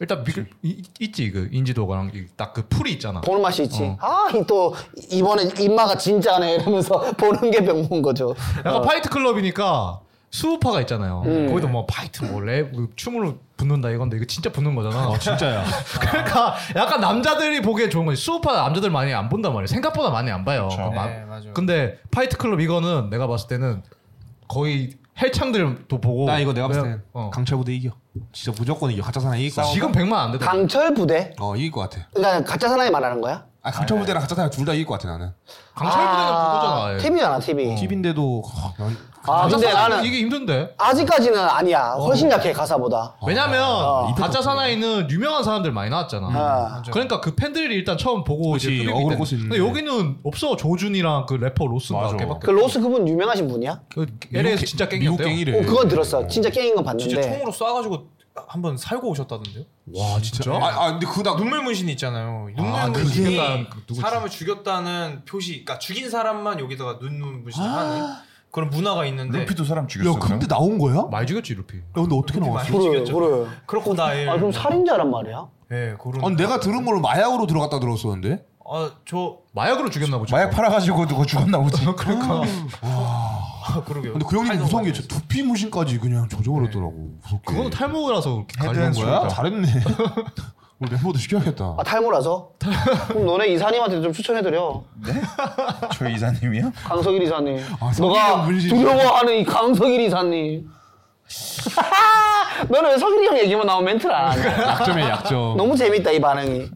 Speaker 5: 일단 미, 이, 있지 그 인지도가랑 딱 그 풀이 있잖아.
Speaker 1: 보는 맛이 있지.
Speaker 6: 어.
Speaker 1: 아 또 이번에 입마가 진짜네 이러면서 보는 게 병문 거죠.
Speaker 5: 약간
Speaker 6: 어.
Speaker 5: 파이트 클럽이니까 수우파가 있잖아요.
Speaker 6: 음.
Speaker 5: 거기도 뭐 파이트 뭐랩 춤으로 붙는다 이건데 이거 진짜 붙는 거잖아.
Speaker 6: 어, 진짜야.
Speaker 5: 그러니까 약간 남자들이 보기에 좋은 거지. 수우파 남자들 많이 안 본단 말이에요. 생각보다 많이 안 봐요. 그 마-
Speaker 3: 네, 맞아요.
Speaker 5: 근데 파이트 클럽 이거는 내가 봤을 때는 거의 헬창들도 보고
Speaker 6: 나 이거 내가 봤을
Speaker 5: 그냥-
Speaker 6: 때
Speaker 5: 어.
Speaker 6: 강철부대 이겨. 진짜 무조건 이겨. 가짜 사나이 이길 거 같아.
Speaker 5: 지금 100만 안 되다.
Speaker 1: 강철 부대.
Speaker 6: 어 이길 것 같아.
Speaker 1: 그러니까 가짜 사나이 말하는 거야?
Speaker 6: 아 어. 강철부대랑 가짜 사나이 둘 다 이길 것 같아 나는.
Speaker 5: 강철부대는 그거잖아.
Speaker 1: TV잖아 TV.
Speaker 6: 팁인데도 어, 난-
Speaker 1: 아
Speaker 5: 가짜
Speaker 1: 근데
Speaker 5: 사나이는
Speaker 1: 나는
Speaker 5: 이게 어. 힘든데.
Speaker 1: 아직까지는 아니야. 훨씬 약해 가사보다.
Speaker 5: 아, 왜냐면 가짜 사나이는 유명한 사람들 많이 나왔잖아.
Speaker 1: 아.
Speaker 5: 그러니까 그 팬들이 일단 처음 보고
Speaker 6: 그치,
Speaker 5: 이제
Speaker 6: 어그로
Speaker 5: 끌리기
Speaker 6: 꼴수
Speaker 5: 때문에.
Speaker 6: 있는데.
Speaker 5: 근데 여기는 없어 조준이랑 그 래퍼 로스가
Speaker 6: 맞아.
Speaker 5: 걔밖에.
Speaker 1: 그 로스 그분 유명하신 분이야?
Speaker 5: 그
Speaker 6: 미국
Speaker 5: LA에서
Speaker 6: 갱-
Speaker 5: 진짜
Speaker 6: 미국
Speaker 5: 깽이었대요.
Speaker 6: 갱이래.
Speaker 1: 어 그건 들었어. 진짜 게임 건
Speaker 3: 진짜
Speaker 1: 봤는데.
Speaker 3: 총으로 쏴가지고 한번 살고 오셨다던데요?
Speaker 6: 와 진짜? 아, 아 근데 그나
Speaker 3: 눈물 문신 있잖아요. 눈물
Speaker 5: 아, 그
Speaker 3: 문신이
Speaker 5: 약간 그 누구지?
Speaker 3: 사람을 죽였다는 표시, 그러니까 죽인 사람만 여기다가 눈물 문신을 하는 그런 문화가 있는데.
Speaker 4: 루피도 사람 죽였어.
Speaker 6: 네. 야 근데 나온 거야? 야
Speaker 5: 많이 죽였지 루피.
Speaker 6: 근데 어떻게 나왔어?
Speaker 3: 많이
Speaker 1: 그래
Speaker 3: 죽였죠.
Speaker 1: 그래.
Speaker 3: 그렇고
Speaker 5: 예.
Speaker 3: 나의.
Speaker 1: 아 그럼 살인자란 말이야?
Speaker 3: 네, 그런.
Speaker 6: 아니 내가 들은 걸로 마약으로 들어갔다 들었었는데
Speaker 3: 아, 저
Speaker 5: 마약으로 죽였나 보죠.
Speaker 4: 마약 팔아가지고 누가 죽었나 보지. 그러니까.
Speaker 3: 아, 그러게요.
Speaker 6: 근데 그 형님
Speaker 3: 팔도
Speaker 6: 무서운 게
Speaker 3: 많이
Speaker 6: 진짜 두피 무신까지 그냥 조져버렸더라고 무섭게
Speaker 5: 그건 탈모라서 가려운
Speaker 4: 헤드앤
Speaker 5: 거야.
Speaker 4: 숄더.
Speaker 6: 잘했네 우리 멤버도 시켜야겠다
Speaker 1: 아 탈모라서? 그럼 너네 이사님한테 좀 추천해드려.
Speaker 4: 저 이사님이요?
Speaker 1: 강석일 이사님.
Speaker 5: 아,
Speaker 6: 성일이
Speaker 1: 너가
Speaker 6: 형 문신.
Speaker 1: 두려워하는 이 강석일 이사님. 너는 왜 석일이 형 얘기만 나오면 멘트를 안 하냐?
Speaker 5: 약점이야 약점.
Speaker 1: 너무 재밌다 이 반응이.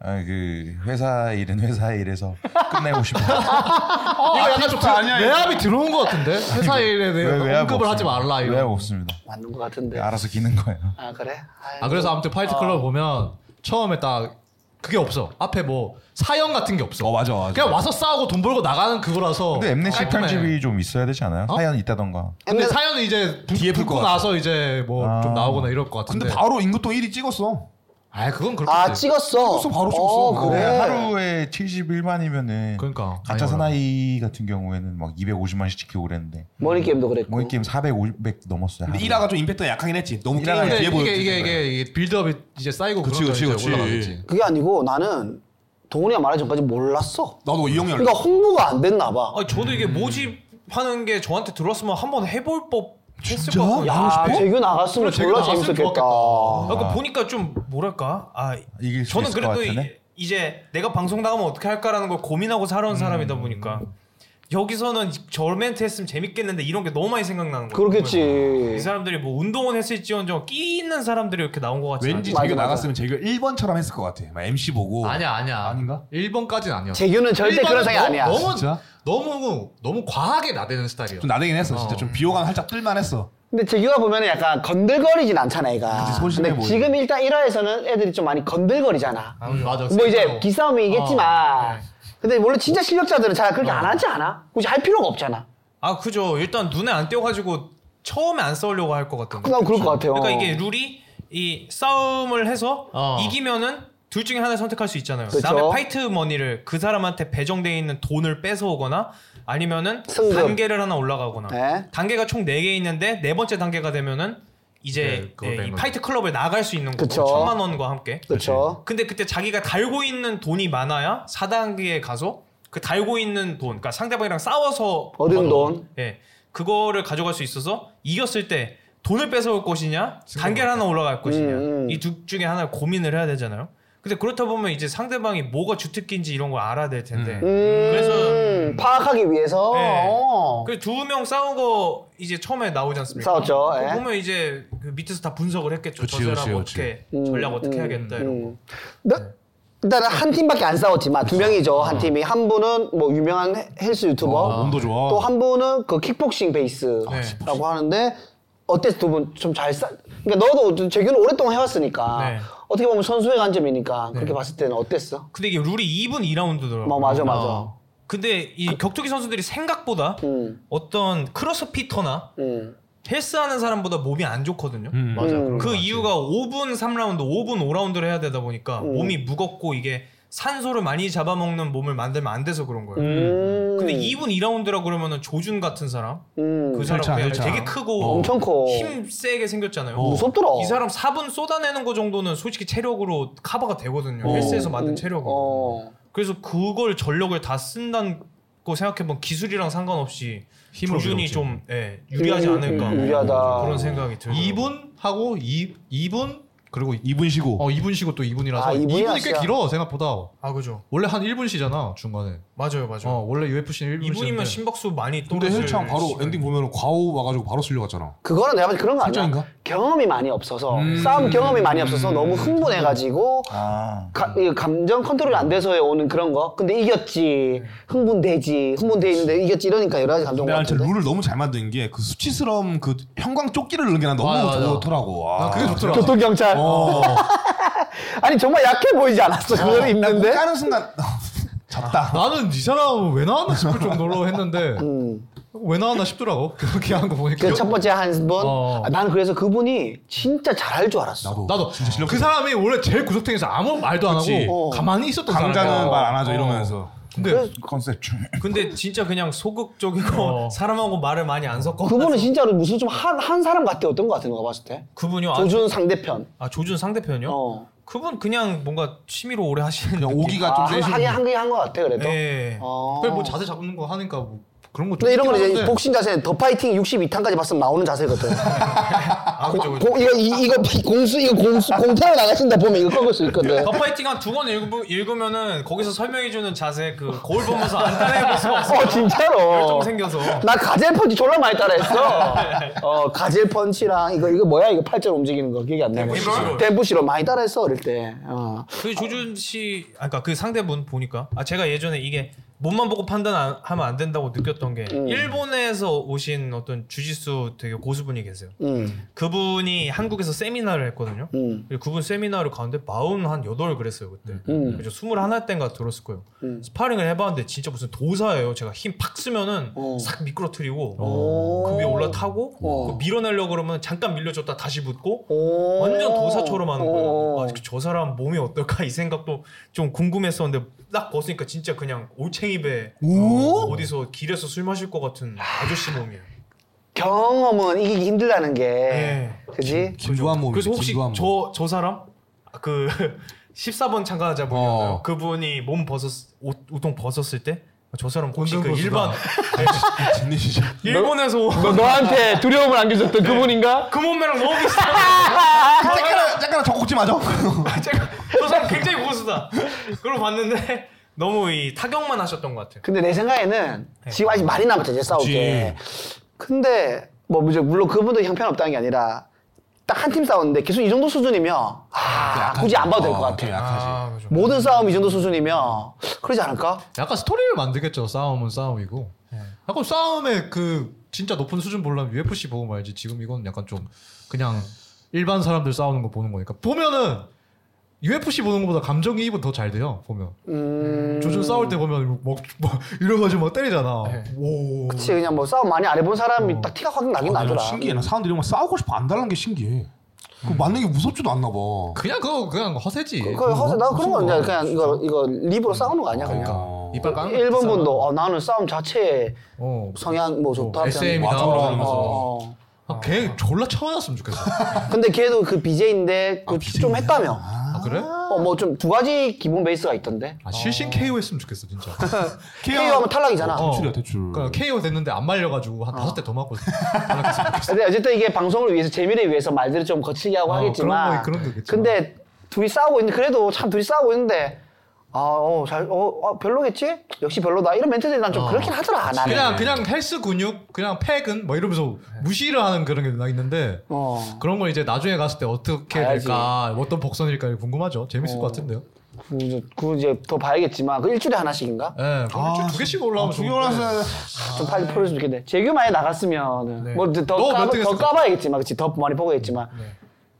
Speaker 4: 아 그 회사 일은 회사 일에서 끝내고 싶어.
Speaker 5: 이거 약간 좀 아니야. 그 외압이 들어온 것 같은데 회사 일에 대해 네, 언급을 하지 말라
Speaker 4: 외압
Speaker 5: 이런.
Speaker 4: 없습니다. 네,
Speaker 1: 맞는 것 같은데.
Speaker 4: 알아서 기는 거예요.
Speaker 1: 아 그래? 아이고.
Speaker 5: 아 그래서 아무튼 파이트 클럽 보면 처음에 딱 그게 없어. 앞에 뭐 사형 같은 게 없어.
Speaker 6: 어 맞아 맞아
Speaker 5: 그냥 와서 싸우고 돈 벌고 나가는 그거라서.
Speaker 4: 근데 엠넷식
Speaker 5: 깔끔해. 어.
Speaker 4: 편집이 좀 있어야 되지 않아요? 사연 있다던가.
Speaker 5: 근데
Speaker 1: 옛날-
Speaker 5: 사연은 이제
Speaker 6: 뒤에 풀
Speaker 5: 붙고
Speaker 6: 것 같아.
Speaker 5: 나서 이제 뭐 좀
Speaker 4: 아.
Speaker 5: 나오거나 이럴 것 같은데.
Speaker 6: 근데 바로 인구통 1위 찍었어
Speaker 5: 아 그건 그렇겠지.
Speaker 1: 아 찍었어.
Speaker 6: 찍었어, 바로 찍었어.
Speaker 1: 어, 그래.
Speaker 4: 네, 하루에 71만이면은
Speaker 5: 그러니까
Speaker 4: 가짜
Speaker 5: 많이
Speaker 4: 사나이 같은 경우에는 막 250만씩 찍히고 그랬는데
Speaker 1: 머니 게임도 그랬고.
Speaker 4: 모의 게임 400, 500 넘었어요.
Speaker 6: 근데
Speaker 4: 하루에.
Speaker 6: 1화가 좀 임팩트가 약하긴 했지 너무 게임이
Speaker 5: 근데
Speaker 6: 뒤에
Speaker 5: 이게
Speaker 6: 보였지
Speaker 5: 이게 이게 이게 빌드업이 이제 쌓이고
Speaker 6: 그치,
Speaker 5: 그러면
Speaker 6: 그치,
Speaker 5: 이제
Speaker 6: 그치.
Speaker 5: 올라가겠지.
Speaker 1: 그게 아니고 나는 동훈이가 말하기 전까지 몰랐어.
Speaker 6: 나도 이 형이 알고
Speaker 1: 그러니까 홍보가 안 됐나 봐.
Speaker 3: 아 저도 이게 모집하는 게 저한테 들었으면 한번 해볼 법 했을 것 같아요.
Speaker 1: 야, 재규 나갔으면
Speaker 5: 그래, 재규
Speaker 1: 졸라
Speaker 5: 나갔으면
Speaker 1: 재밌었겠다.
Speaker 5: 좋았겠다.
Speaker 3: 아까 그러니까 보니까 좀 뭐랄까 아
Speaker 4: 이길 수
Speaker 3: 저는
Speaker 4: 있을 것
Speaker 3: 그래도 이,
Speaker 4: 같으네? 음.
Speaker 3: 이제 내가 방송 나가면 어떻게 할까라는 걸 고민하고 살아온 사람이다 보니까 여기서는 저 멘트 했으면 재밌겠는데 이런 게 너무 많이 생각나는 거예요. 이
Speaker 1: 그렇겠지.
Speaker 3: 사람들이 뭐 운동은 했을지언정 끼 있는 사람들이 이렇게 나온 것 같지
Speaker 6: 왠지
Speaker 1: 맞아,
Speaker 6: 재규
Speaker 1: 맞아.
Speaker 6: 나갔으면 재규가 1번처럼 했을 것 같아. 막 MC 보고.
Speaker 5: 아니야 아니야
Speaker 6: 아닌가?
Speaker 5: 1번까지는 아니었어
Speaker 1: 재규는 절대 그런 상이
Speaker 5: 너,
Speaker 1: 아니야.
Speaker 5: 너무
Speaker 6: 진짜?
Speaker 5: 너무 너무 과하게 나대는 스타일이야
Speaker 6: 좀 나대긴 했어. 진짜 좀 비호감 살짝 뜰만했어.
Speaker 1: 근데 재규가 보면 약간 건들거리진 않잖아, 애가.
Speaker 6: 그치, 소심해
Speaker 1: 근데
Speaker 6: 보이고.
Speaker 1: 지금 일단 1화에서는 애들이 좀 많이 건들거리잖아.
Speaker 5: 음, 맞아
Speaker 1: 뭐 이제
Speaker 5: 센터로.
Speaker 1: 기싸움이겠지만. 근데 원래 진짜 실력자들은 잘 그렇게 안 하지 않아? 굳이 할 필요가 없잖아.
Speaker 3: 아 그죠. 일단 눈에 안 띄어가지고 처음에 안 싸우려고 할 것 같은데.
Speaker 1: 난 그럴 것 같아요.
Speaker 3: 그러니까 이게 룰이 이 싸움을 해서
Speaker 5: 어.
Speaker 3: 이기면은 둘 중에 하나 선택할 수 있잖아요. 그
Speaker 1: 그쵸.
Speaker 3: 다음에 파이트 머니를 그 사람한테 배정돼 있는 돈을 뺏어오거나 아니면은
Speaker 1: 승급.
Speaker 3: 단계를 하나 올라가거나
Speaker 1: 네.
Speaker 3: 단계가 총 네 개 있는데 네 번째 단계가 되면은 이제
Speaker 5: 네, 그거
Speaker 3: 예, 이
Speaker 5: 되는
Speaker 3: 파이트 클럽에 나갈 수 있는 거고
Speaker 1: 그쵸.
Speaker 3: 천만 원과 함께.
Speaker 1: 그렇죠.
Speaker 3: 근데 그때 자기가 달고 있는 돈이 많아야 4단계에 가서 그 달고 있는 돈, 그러니까 상대방이랑 싸워서
Speaker 1: 얻은
Speaker 3: 얻은
Speaker 1: 돈.
Speaker 3: 예, 그거를 가져갈 수 있어서 이겼을 때 돈을 뺏어올 것이냐, 단계를 하나 올라갈 것이냐
Speaker 1: 음, 음.
Speaker 3: 이 둘 중에 하나 고민을 해야 되잖아요. 근데 그렇다 보면 이제 상대방이 뭐가 주특기인지 이런 걸 알아야 될 텐데
Speaker 1: 음,
Speaker 3: 그래서-
Speaker 1: 파악하기 위해서
Speaker 3: 네.
Speaker 1: 어.
Speaker 3: 그두 명 싸운 거 이제 처음에 나오지 않습니까?
Speaker 1: 싸웠죠, 예.
Speaker 3: 그거 보면 이제 그 밑에서 다 분석을 했겠죠.
Speaker 6: 그치,
Speaker 3: 저 사람
Speaker 6: 그치,
Speaker 3: 어떻게
Speaker 1: 음,
Speaker 3: 전략 어떻게
Speaker 1: 음,
Speaker 3: 해야겠다
Speaker 1: 음.
Speaker 3: 이런 거.
Speaker 1: 나- 일단은 한 팀밖에 안 싸웠지만 두 명이죠
Speaker 3: 아.
Speaker 1: 한 팀이 한 분은 뭐 유명한 헬스
Speaker 6: 어,
Speaker 1: 유튜버
Speaker 6: 몸도 좋아.
Speaker 1: 또 한 분은 그 킥복싱 베이스라고
Speaker 3: 네.
Speaker 1: 하는데 어땠어 두 분 좀 잘 싸? 그러니까 너도 재규는 오랫동안 해왔으니까
Speaker 3: 네.
Speaker 1: 어떻게 보면 선수의 관점이니까 그렇게 봤을 때는 어땠어?
Speaker 3: 근데 이게 룰이 2분 2라운드더라고요.
Speaker 1: 뭐 맞아 맞아.
Speaker 3: 근데 이 격투기 선수들이 생각보다
Speaker 1: 음.
Speaker 3: 어떤 크로스피터나
Speaker 1: 음.
Speaker 3: 헬스하는 사람보다 몸이 안 좋거든요.
Speaker 6: 음.
Speaker 5: 맞아 그런 거
Speaker 3: 그
Speaker 5: 같아.
Speaker 3: 이유가 5분 3라운드, 5분 5라운드를 해야 되다 보니까
Speaker 1: 음.
Speaker 3: 몸이 무겁고 이게 산소를 많이 잡아먹는 몸을 만들면 안 돼서 그런 거예요.
Speaker 1: 음.
Speaker 3: 근데 2분 2라운드라 그러면은 조준 같은 사람,
Speaker 1: 음.
Speaker 3: 그 사람
Speaker 6: 혈차,
Speaker 3: 되게,
Speaker 6: 혈차.
Speaker 3: 되게 크고
Speaker 1: 엄청 커.
Speaker 3: 힘 세게 생겼잖아요.
Speaker 1: 어. 무섭더라.
Speaker 3: 이 사람 4분 쏟아내는 거 정도는 솔직히 체력으로 커버가 되거든요.
Speaker 1: 어.
Speaker 3: 헬스에서 만든
Speaker 1: 음,
Speaker 3: 체력으로.
Speaker 1: 어.
Speaker 3: 그래서 그걸 전력을 다 쓴다는 거 생각해보면 기술이랑 상관없이
Speaker 5: 힘으로
Speaker 3: 조준이
Speaker 5: 밀어붙이는
Speaker 3: 좀 예, 유리하지
Speaker 1: 음,
Speaker 3: 않을까
Speaker 1: 음, 유리하다.
Speaker 3: 그런 생각이 들어요.
Speaker 5: 2분 하고 2, 2분 그리고
Speaker 6: 2분 쉬고.
Speaker 5: 어 2분 쉬고 또 2분이라서
Speaker 1: 아, 2분이
Speaker 5: 2분이 꽤
Speaker 1: 아시아.
Speaker 5: 길어 생각보다
Speaker 3: 아 그죠.
Speaker 5: 원래 한 1분 쉬잖아 중간에
Speaker 3: 맞아요, 맞아요.
Speaker 5: 어 원래 UFC는 1분 쉬는데
Speaker 3: 2분이면 심박수 많이
Speaker 6: 근데
Speaker 3: 떨어질
Speaker 6: 헬창 바로
Speaker 3: 시간이-
Speaker 6: 엔딩 보면 과오 와가지고 바로 쓸려갔잖아.
Speaker 1: 그거는 내가 봤을 때 그런 거 아니야?
Speaker 6: 살짝인가?
Speaker 1: 경험이 많이 없어서 싸움 경험이 많이 없어서 너무 흥분해가지고
Speaker 4: 아
Speaker 1: 가- 이 감정 컨트롤이 안 돼서에 오는 그런 거. 근데 이겼지, 흥분되지, 흥분돼 있는데 이겼지 이러니까 여러 가지 감정
Speaker 6: 근데 나한테
Speaker 1: 같은데.
Speaker 6: 룰을 너무 잘 만든 게 그 수치스러움 그 형광 조끼를 넣는 게 난 너무
Speaker 5: 맞아, 맞아.
Speaker 6: 좋더라고. 아,
Speaker 5: 난 그게 좋더라 고
Speaker 1: 교통 경찰. 아니 정말 약해 보이지 않았어. 그걸 입는데.
Speaker 6: 까는 순간 졌다.
Speaker 5: 나는 이 사람 왜 나왔나 싶을 정도로 했는데 왜 나왔나 싶더라고 그렇게 한 거 보니까
Speaker 1: 그 첫 번째 한 분.
Speaker 5: 어.
Speaker 1: 아, 나는 그래서 그분이 진짜 잘할 줄 알았어.
Speaker 5: 나도 그 사람이 원래 제일 구석탱이에서 아무 말도 안 하고
Speaker 1: 어.
Speaker 5: 가만히 있었던
Speaker 6: 강자는
Speaker 5: 사람이야
Speaker 6: 말 안 하죠
Speaker 5: 어.
Speaker 6: 이러면서.
Speaker 5: 근데
Speaker 4: 그 컨셉 중
Speaker 5: 그러니까.
Speaker 3: 근데 진짜 그냥 소극적이고
Speaker 5: 어.
Speaker 3: 사람하고 말을 많이 안 섞어.
Speaker 1: 그분은 진짜로 무슨 좀 한 한 사람 같아 어떤 거 같은 거 봤을 때.
Speaker 3: 그분요. 아,
Speaker 1: 조준 상대편.
Speaker 3: 아 조준 상대편이요?
Speaker 1: 어.
Speaker 3: 그분 그냥 뭔가 취미로 오래 하시는
Speaker 5: 어.
Speaker 6: 그냥
Speaker 3: 느낌.
Speaker 6: 오기가
Speaker 1: 아,
Speaker 6: 좀
Speaker 1: 한,
Speaker 6: 세신.
Speaker 1: 하긴 한게 한 거 같아 그래도.
Speaker 3: 예.
Speaker 1: 어.
Speaker 5: 그래 뭐 자세 잡는 거 하니까 뭐 그런 거좀
Speaker 1: 근데 이런 건
Speaker 5: 있긴
Speaker 1: 이제
Speaker 5: 한데.
Speaker 1: 복싱 자세 더 파이팅 62탄까지 봤으면 나오는 자세거든.
Speaker 3: 아
Speaker 1: 고-
Speaker 3: 그죠 그죠.
Speaker 1: 고- 이거 이, 이거 공수 이거 공수 공태로 나가신다 보면 이거 꺾을 수 있거든. 어,
Speaker 3: 더 파이팅 한 두 권 읽으면은 거기서 설명해주는 자세 그 거울 보면서 안 따라해볼 수가 없어요.
Speaker 1: 어 진짜로.
Speaker 3: 열정 생겨서.
Speaker 1: 나 가젤 펀치 졸라 많이 따라했어. 어 가젤 펀치랑 이거 이거 뭐야 이거 팔자 움직이는 거 기억이 안 나네.
Speaker 3: 댐부시로.
Speaker 1: 댐부시로 많이 따라했어 어릴 때. 어.
Speaker 3: 그 조준 씨, 아까 그 상대분 보니까 아 제가 예전에 이게 몸만 보고 판단하면 안 된다고 느꼈던 게 일본에서 오신 어떤 주짓수 되게 고수분이 계세요.
Speaker 1: 음.
Speaker 3: 그분이 한국에서 세미나를 했거든요.
Speaker 1: 음.
Speaker 3: 그리고 그분 세미나를 가는데 마흔 한 여덟 그랬어요 그때. 그래서 스물 하나 때인가 들었을 거예요. 스파링을 해봤는데 진짜 무슨 도사예요. 제가 힘 팍 쓰면은 싹 미끄러뜨리고
Speaker 1: 어.
Speaker 3: 그 위에 올라타고 그거 밀어내려고 그러면 잠깐 밀려줬다 다시 붙고
Speaker 1: 오.
Speaker 6: 어.
Speaker 3: 완전 도사처럼 하는
Speaker 1: 오.
Speaker 3: 거예요. 아, 저 사람 몸이 어떨까 이 생각도 좀 궁금했었는데 딱 벗으니까 진짜 그냥 올챙이 배 어, 어디서 길에서 술 마실 것 같은 아저씨 몸이에요.
Speaker 1: 경험은 이기기 힘들다는 게.
Speaker 3: 예.
Speaker 1: 그지?
Speaker 6: 김주한 몸이.
Speaker 3: 그래서 혹시 저 저 사람 아, 그 14번 참가자 뭐 분이었나요?
Speaker 6: 어.
Speaker 3: 그분이 몸 벗었 옷 우통 벗었을 때 저 사람 혹시 그
Speaker 5: 권정보수다.
Speaker 3: 일반
Speaker 6: 진리시죠.
Speaker 3: 일본에서 온
Speaker 1: 너, 너한테 두려움을 안겨줬던 그분인가?
Speaker 3: 그 몸매랑 너무 비슷해. 네.
Speaker 6: 잠깐만 잠깐만 저 꼭지 맞아.
Speaker 3: 제가 저 사람 굉장히 고수다. 그걸 봤는데 너무 이 타격만 하셨던 것 같아요.
Speaker 1: 근데 내 생각에는 지금 아직 많이 남았죠, 이제 싸울 게. 근데 뭐 이제 물론 그분도 형편없다는 게 아니라 딱 한 팀 싸웠는데 계속 이 정도 수준이면 아, 굳이 안 봐도 될 것
Speaker 6: 어,
Speaker 1: 같아.
Speaker 6: 좀 약하지.
Speaker 3: 아, 그죠.
Speaker 1: 모든 싸움이 이 정도 수준이면 그러지 않을까?
Speaker 5: 약간 스토리를 만들겠죠. 싸움은 싸움이고. 약간 싸움의 그 진짜 높은 수준 보려면 UFC 보고 말지. 지금 이건 약간 좀 그냥 일반 사람들 싸우는 거 보는 거니까. 보면은 UFC 보는 것보다 감정이입은 더 잘 돼요. 보면
Speaker 1: 음.
Speaker 5: 조준 싸울 때 보면 막, 막 이래가지고 막 때리잖아.
Speaker 3: 네.
Speaker 5: 오.
Speaker 1: 그치 그냥 뭐 싸움 많이 안 해본 사람이 딱 티가 확 나긴
Speaker 6: 아, 나
Speaker 1: 나더라.
Speaker 6: 신기해. 나 사람들이 막 싸우고 싶어 안 달라는 게 신기해. 그 맞는 게 무섭지도 않나 봐.
Speaker 5: 그냥 그거 그냥 허세지.
Speaker 1: 그 허세 나 그런 거 그냥 그냥 이거 이거 립으로 싸우는 거 아니야 그냥.
Speaker 6: 어.
Speaker 5: 이빨 깡.
Speaker 1: 일본 분도 어, 나는 싸움 자체에
Speaker 5: 어.
Speaker 1: 성향 뭐 좋다.
Speaker 5: SM 이나
Speaker 6: 와, 돌아가면서.
Speaker 1: 어, 어.
Speaker 5: 아, 걔 졸라 쳐맞았으면 좋겠어.
Speaker 1: 근데 걔도 그 BJ인데 그좀 했다며.
Speaker 5: 아, 그래?
Speaker 1: 어 뭐 좀 두 가지 기본 베이스가 있던데.
Speaker 5: 아, 실신 KO 했으면 좋겠어 진짜.
Speaker 1: KO 하면 탈락이잖아.
Speaker 5: 어.
Speaker 6: 대출이야 대출.
Speaker 5: 그러니까 KO 됐는데 안 말려가지고 한 다섯 대 더 맞고 달라갔으면 좋겠어.
Speaker 1: 근데 어쨌든 이게 방송을 위해서 재미를 위해서 말들을 좀 거칠게 하고
Speaker 5: 어,
Speaker 1: 하겠지만.
Speaker 5: 그런 거- 그런 거 있겠지만.
Speaker 1: 근데 둘이 싸우고 있는데 그래도 참 둘이 싸우고 있는데 아어잘어 어, 별로겠지? 역시 별로다 이런 멘트들이 난 좀 그렇긴 하더라 나는.
Speaker 5: 어. 그냥 그냥 헬스 근육 그냥 팩은 뭐 이러면서 무시를 하는 그런 게 나 있는데
Speaker 1: 어.
Speaker 5: 그런 걸 이제 나중에 갔을 때 어떻게
Speaker 1: 봐야지.
Speaker 5: 될까 어떤 복선일까 궁금하죠. 재밌을 것 같은데요.
Speaker 1: 그, 이제- 그 이제 더 봐야겠지만 그 일주일에 하나씩인가?
Speaker 5: 예, 네, 두 개씩 올라오면
Speaker 6: 아,
Speaker 5: 네.
Speaker 6: 두
Speaker 5: 좋은데.
Speaker 6: 개월에서
Speaker 1: 좀 빨리 풀어줄 좋겠네. 재규 많이 나갔으면
Speaker 5: 아, 네.
Speaker 1: 뭐더
Speaker 5: 너몇 네.
Speaker 1: 까봐,
Speaker 5: 등
Speaker 1: 더
Speaker 5: 했을까?
Speaker 1: 까봐야겠지만 그치 더 많이 보고겠지만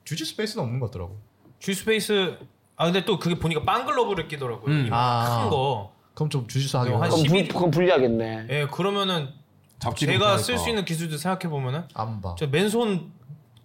Speaker 5: 주지 스페이스는 없는 것 같더라고.
Speaker 3: G 스페이스 아 근데 또 그게 보니까 빵글러브를 끼더라고요.
Speaker 1: 음.
Speaker 3: 이거
Speaker 5: 아.
Speaker 3: 큰 거.
Speaker 5: 그럼 좀 주지수 하기.
Speaker 3: 한
Speaker 1: 그럼,
Speaker 3: 11.
Speaker 1: 불, 그럼 불리하겠네.
Speaker 3: 예 그러면은
Speaker 6: 잡지.
Speaker 3: 제가 쓸 수 있는 기술들 생각해 보면은
Speaker 5: 안 봐.
Speaker 3: 저 맨손